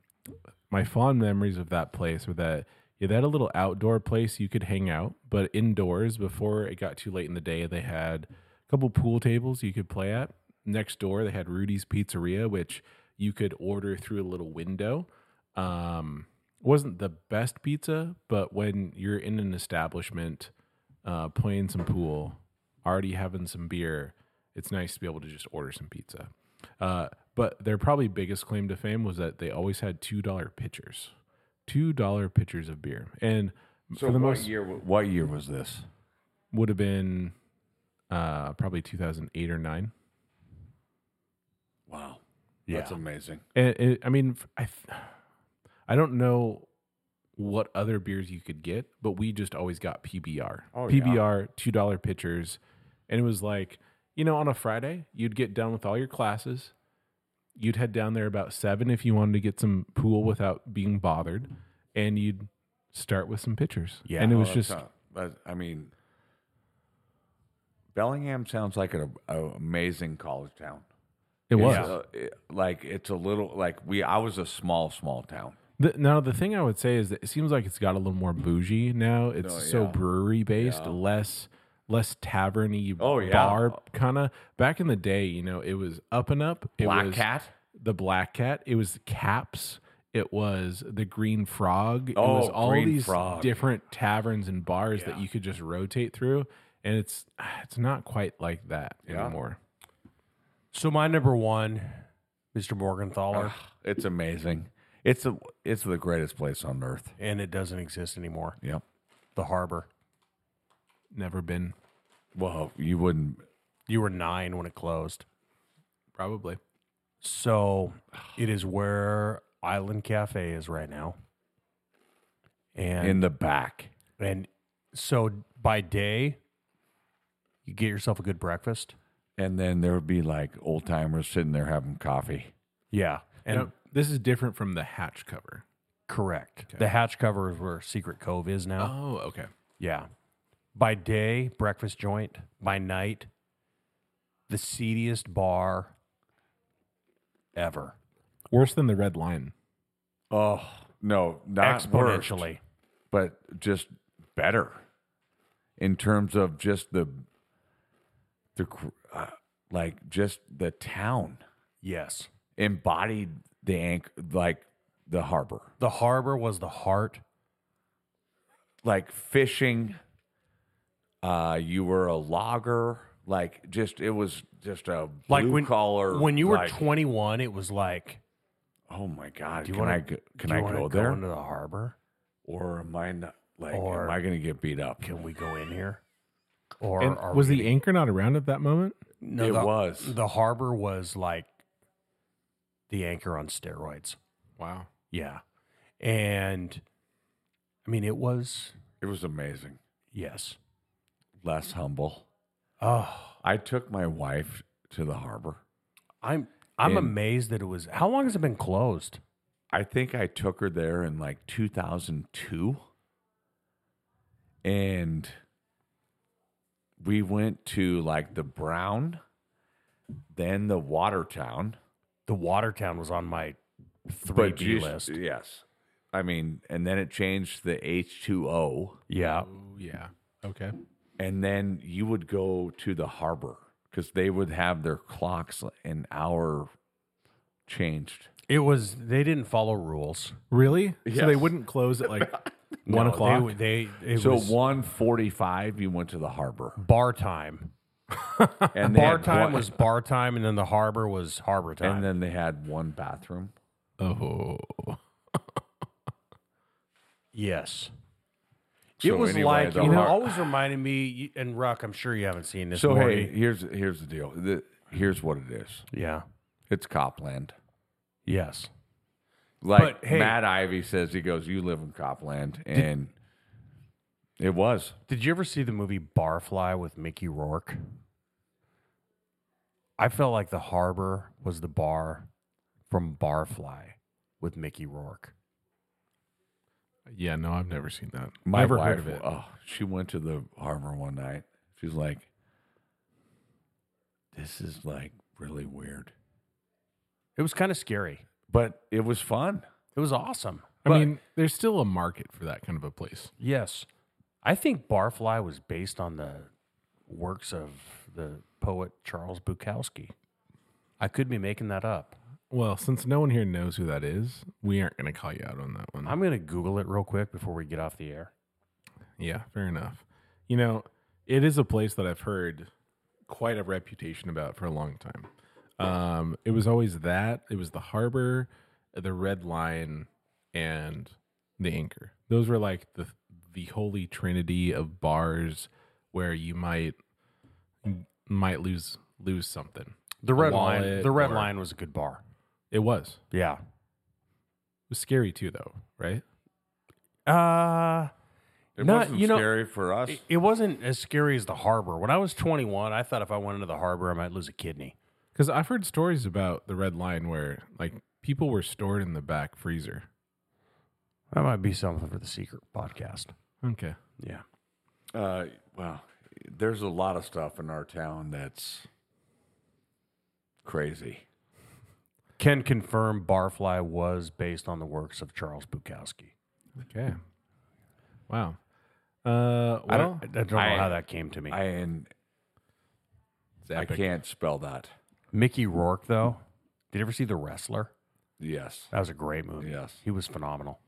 A: my fond memories of that place were that yeah, they had a little outdoor place you could hang out, but indoors before it got too late in the day, they had a couple pool tables you could play at. Next door, they had Rudy's Pizzeria, which you could order through a little window. Um, wasn't the best pizza, but when you're in an establishment, uh, playing some pool, already having some beer, it's nice to be able to just order some pizza. Uh, but their probably biggest claim to fame was that they always had two dollar pitchers, two dollar pitchers of beer, and
B: So
A: for the
B: what
A: most
B: year? What year was this?
A: would have been uh, probably 2008 or nine.
B: Wow,
C: Yeah.
B: that's amazing.
A: And it, I mean, f- I, th- I don't know what other beers you could get, but we just always got PBR.
B: Oh, yeah.
A: PBR, two dollar pitchers, and it was like you know, on a Friday, you'd get done with all your classes. You'd head down there about seven if you wanted to get some pool without being bothered, and you'd start with some pitchers.
C: Yeah.
A: and it
B: Oh,
A: was
B: that's
A: just
B: not- that- I mean, Bellingham sounds like an a, amazing college town.
A: it was.
B: It's a- it- like it's a little like we. I was a small small town.
A: The, now the thing I would say is that it seems like it's got a little more bougie now. It's
B: No,
A: so
B: Oh, yeah.
A: brewery based, less less taverny
B: Oh, yeah.
A: bar kind of. Back in the day, you know, it was up and up. It
B: Black
A: was
B: Cat?
A: the black cat. It was caps. It was the green frog. it
B: Oh,
A: was all
B: Green
A: these
B: Frog.
A: different taverns and bars that
B: Yeah.
A: you could just rotate through, and it's ah, it's not quite like that
B: Yeah.
A: anymore.
C: So my number one, Mr. Morgenthaler,
B: It's amazing. It's a it's the greatest place on earth.
C: and it doesn't exist anymore.
B: Yep.
C: The Harbor.
A: Never been
B: Well, you wouldn't.
C: You were nine when it closed.
A: probably.
C: So it is where Island Cafe is right now. And
B: In the back.
C: and so by day, you get yourself a good breakfast.
B: And then there would be like old timers sitting there having coffee.
C: Yeah. And
A: Now, this is different from the hatch cover.
C: correct. The hatch cover is where Secret Cove is now.
B: Uh-huh.
A: Oh, okay.
C: Yeah. By day, breakfast joint. By night, the seediest bar ever.
A: Worse than the red line.
B: Oh no, not
C: Exponentially.
B: worst, but just better in terms of just the the cr- uh, like just the town
C: Yes.
B: embodied the anch- like the harbor,
C: The harbor was the heart.
B: like fishing. Uh, you were a logger, like just it was just a blue
C: Like when
B: collar.
C: when you were
B: like,
C: 21, it was like,
B: oh my god,
C: do you
B: can I
C: want
B: go,
C: to
B: can I go there?
C: into the harbor?
B: or am I not, like
C: Or-
B: am I going to get beat up?
C: Can we go in here? Or
A: And
C: are
A: was
C: we-
A: the anchor not around at that moment?
C: No,
B: it
C: the-
B: was.
C: the harbor was like the anchor on steroids.
A: Wow.
C: Yeah. And I mean, it was,
B: It was amazing.
C: yes.
B: Less humble.
C: Oh,
B: I took my wife to the harbor.
C: I'm I'm
B: And-
C: amazed that it was. How long has it been closed?
B: I think I took her there in like 2002. And we went to like the Brown, then the Watertown.
C: The Watertown was on my three
B: But
C: B
B: you-
C: list.
B: Yes. I mean, and then it changed to the H2O.
C: Yeah,
A: Oh, yeah. Okay.
B: and then you would go to the harbor because they would have their clocks an hour changed.
C: it was. They didn't follow rules.
A: Really? So they
B: Yes.
A: wouldn't close at like one
C: No,
A: o'clock.
C: They, they it
B: So
C: was
B: one forty-five, you went to the harbor,
C: bar time.
B: and they
C: Bar
B: had
C: time
B: one-
C: was bar time, and then the harbor was harbor time.
B: and then they had one bathroom.
A: oh.
C: yes.
B: So
C: it was
B: anyway,
C: like
B: the
C: you know,
B: har-
C: always reminded me. you- And Ruck, I'm sure you haven't seen this.
B: So hey,
C: movie.
B: here's here's the deal. The, here's what it is.
C: yeah,
B: It's Copland.
C: yes,
B: Like
C: But, hey-
B: Matt Ivy says, he goes, "You live in Copland," and it was.
C: Did you ever see the movie Barfly with Mickey Rourke? I felt like the harbor was the bar from Barfly with Mickey Rourke.
A: Yeah, no, I've never seen that.
B: My
A: never
B: wife,
A: heard of it.
B: Oh, she went to the armor one night. She's like, "This is like really weird,"
C: It was kind of scary.
B: but it was fun.
C: It was awesome.
A: I
B: but-
A: mean, there's still a market for that kind of a place.
C: Yes. I think Barfly was based on the works of the poet Charles Bukowski. I could be making that up.
A: Well, since no one here knows who that is, we aren't going to call you out on that one.
C: I'm going to Google it real quick before we get off the air.
A: yeah, fair enough. You know, it is a place that I've heard quite a reputation about for a long time. Um, it was always that. It was the harbor, the red line, and the anchor. Those were like the the holy trinity of bars where you might might lose lose something.
C: The Red Line.
A: wallet
C: The Red
A: or-
C: Line was a good bar.
A: It was.
C: Yeah.
A: It was scary too though, right?
C: Uh
B: It
C: Not-
B: wasn't
C: you know,
B: scary for us.
C: it- it wasn't as scary as the harbor. When I was 21, I thought if I went into the harbor, I might lose a kidney.
A: Because I've heard stories about the red line where like people were stored in the back freezer.
C: That might be something for the secret podcast.
A: Okay.
C: Yeah.
B: uh, well, there's a lot of stuff in our town that's crazy.
C: Can confirm Barfly was based on the works of Charles Bukowski.
A: Okay. Wow. Uh, well,
B: I don't-
C: I don't know
B: I-
C: how that came to me.
B: I and
A: it's
B: I
A: epic.
B: can't spell that.
C: Mickey Rourke, though, did you ever see The Wrestler?
B: Yes.
C: That was a great movie.
B: Yes.
C: He was phenomenal.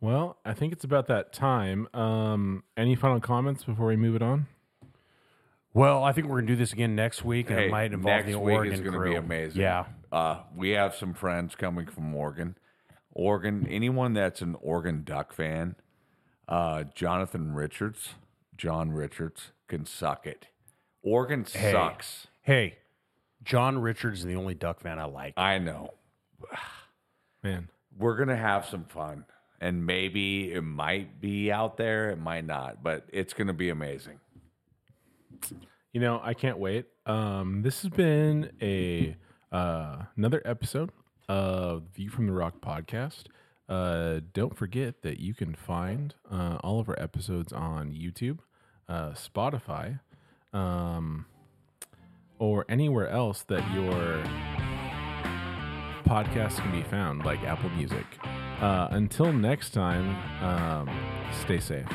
A: Well, I think it's about that time. Um, any final comments before we move it on?
C: Well, I think we're going to do this again next week, and it might involve
B: next
C: the
B: week
C: Oregon
B: is gonna
C: crew.
B: be amazing.
C: Yeah.
B: Uh, we have some friends coming from Oregon. Oregon, anyone that's an Oregon Duck fan, uh, Jonathan Richards, John Richards can suck it. Oregon sucks.
C: Hey, John Richards is the only Duck fan I like.
B: I know.
A: Man,
B: We're going to have some fun. And maybe it might be out there, it might not, but it's going to be amazing.
A: you know I can't wait. Um, this has been a uh, another episode of View from the Rock podcast. Uh, don't forget that you can find uh, all of our episodes on YouTube, uh, Spotify, um, or anywhere else that your podcasts can be found, like Apple Music. Uh, until next time, um, stay safe.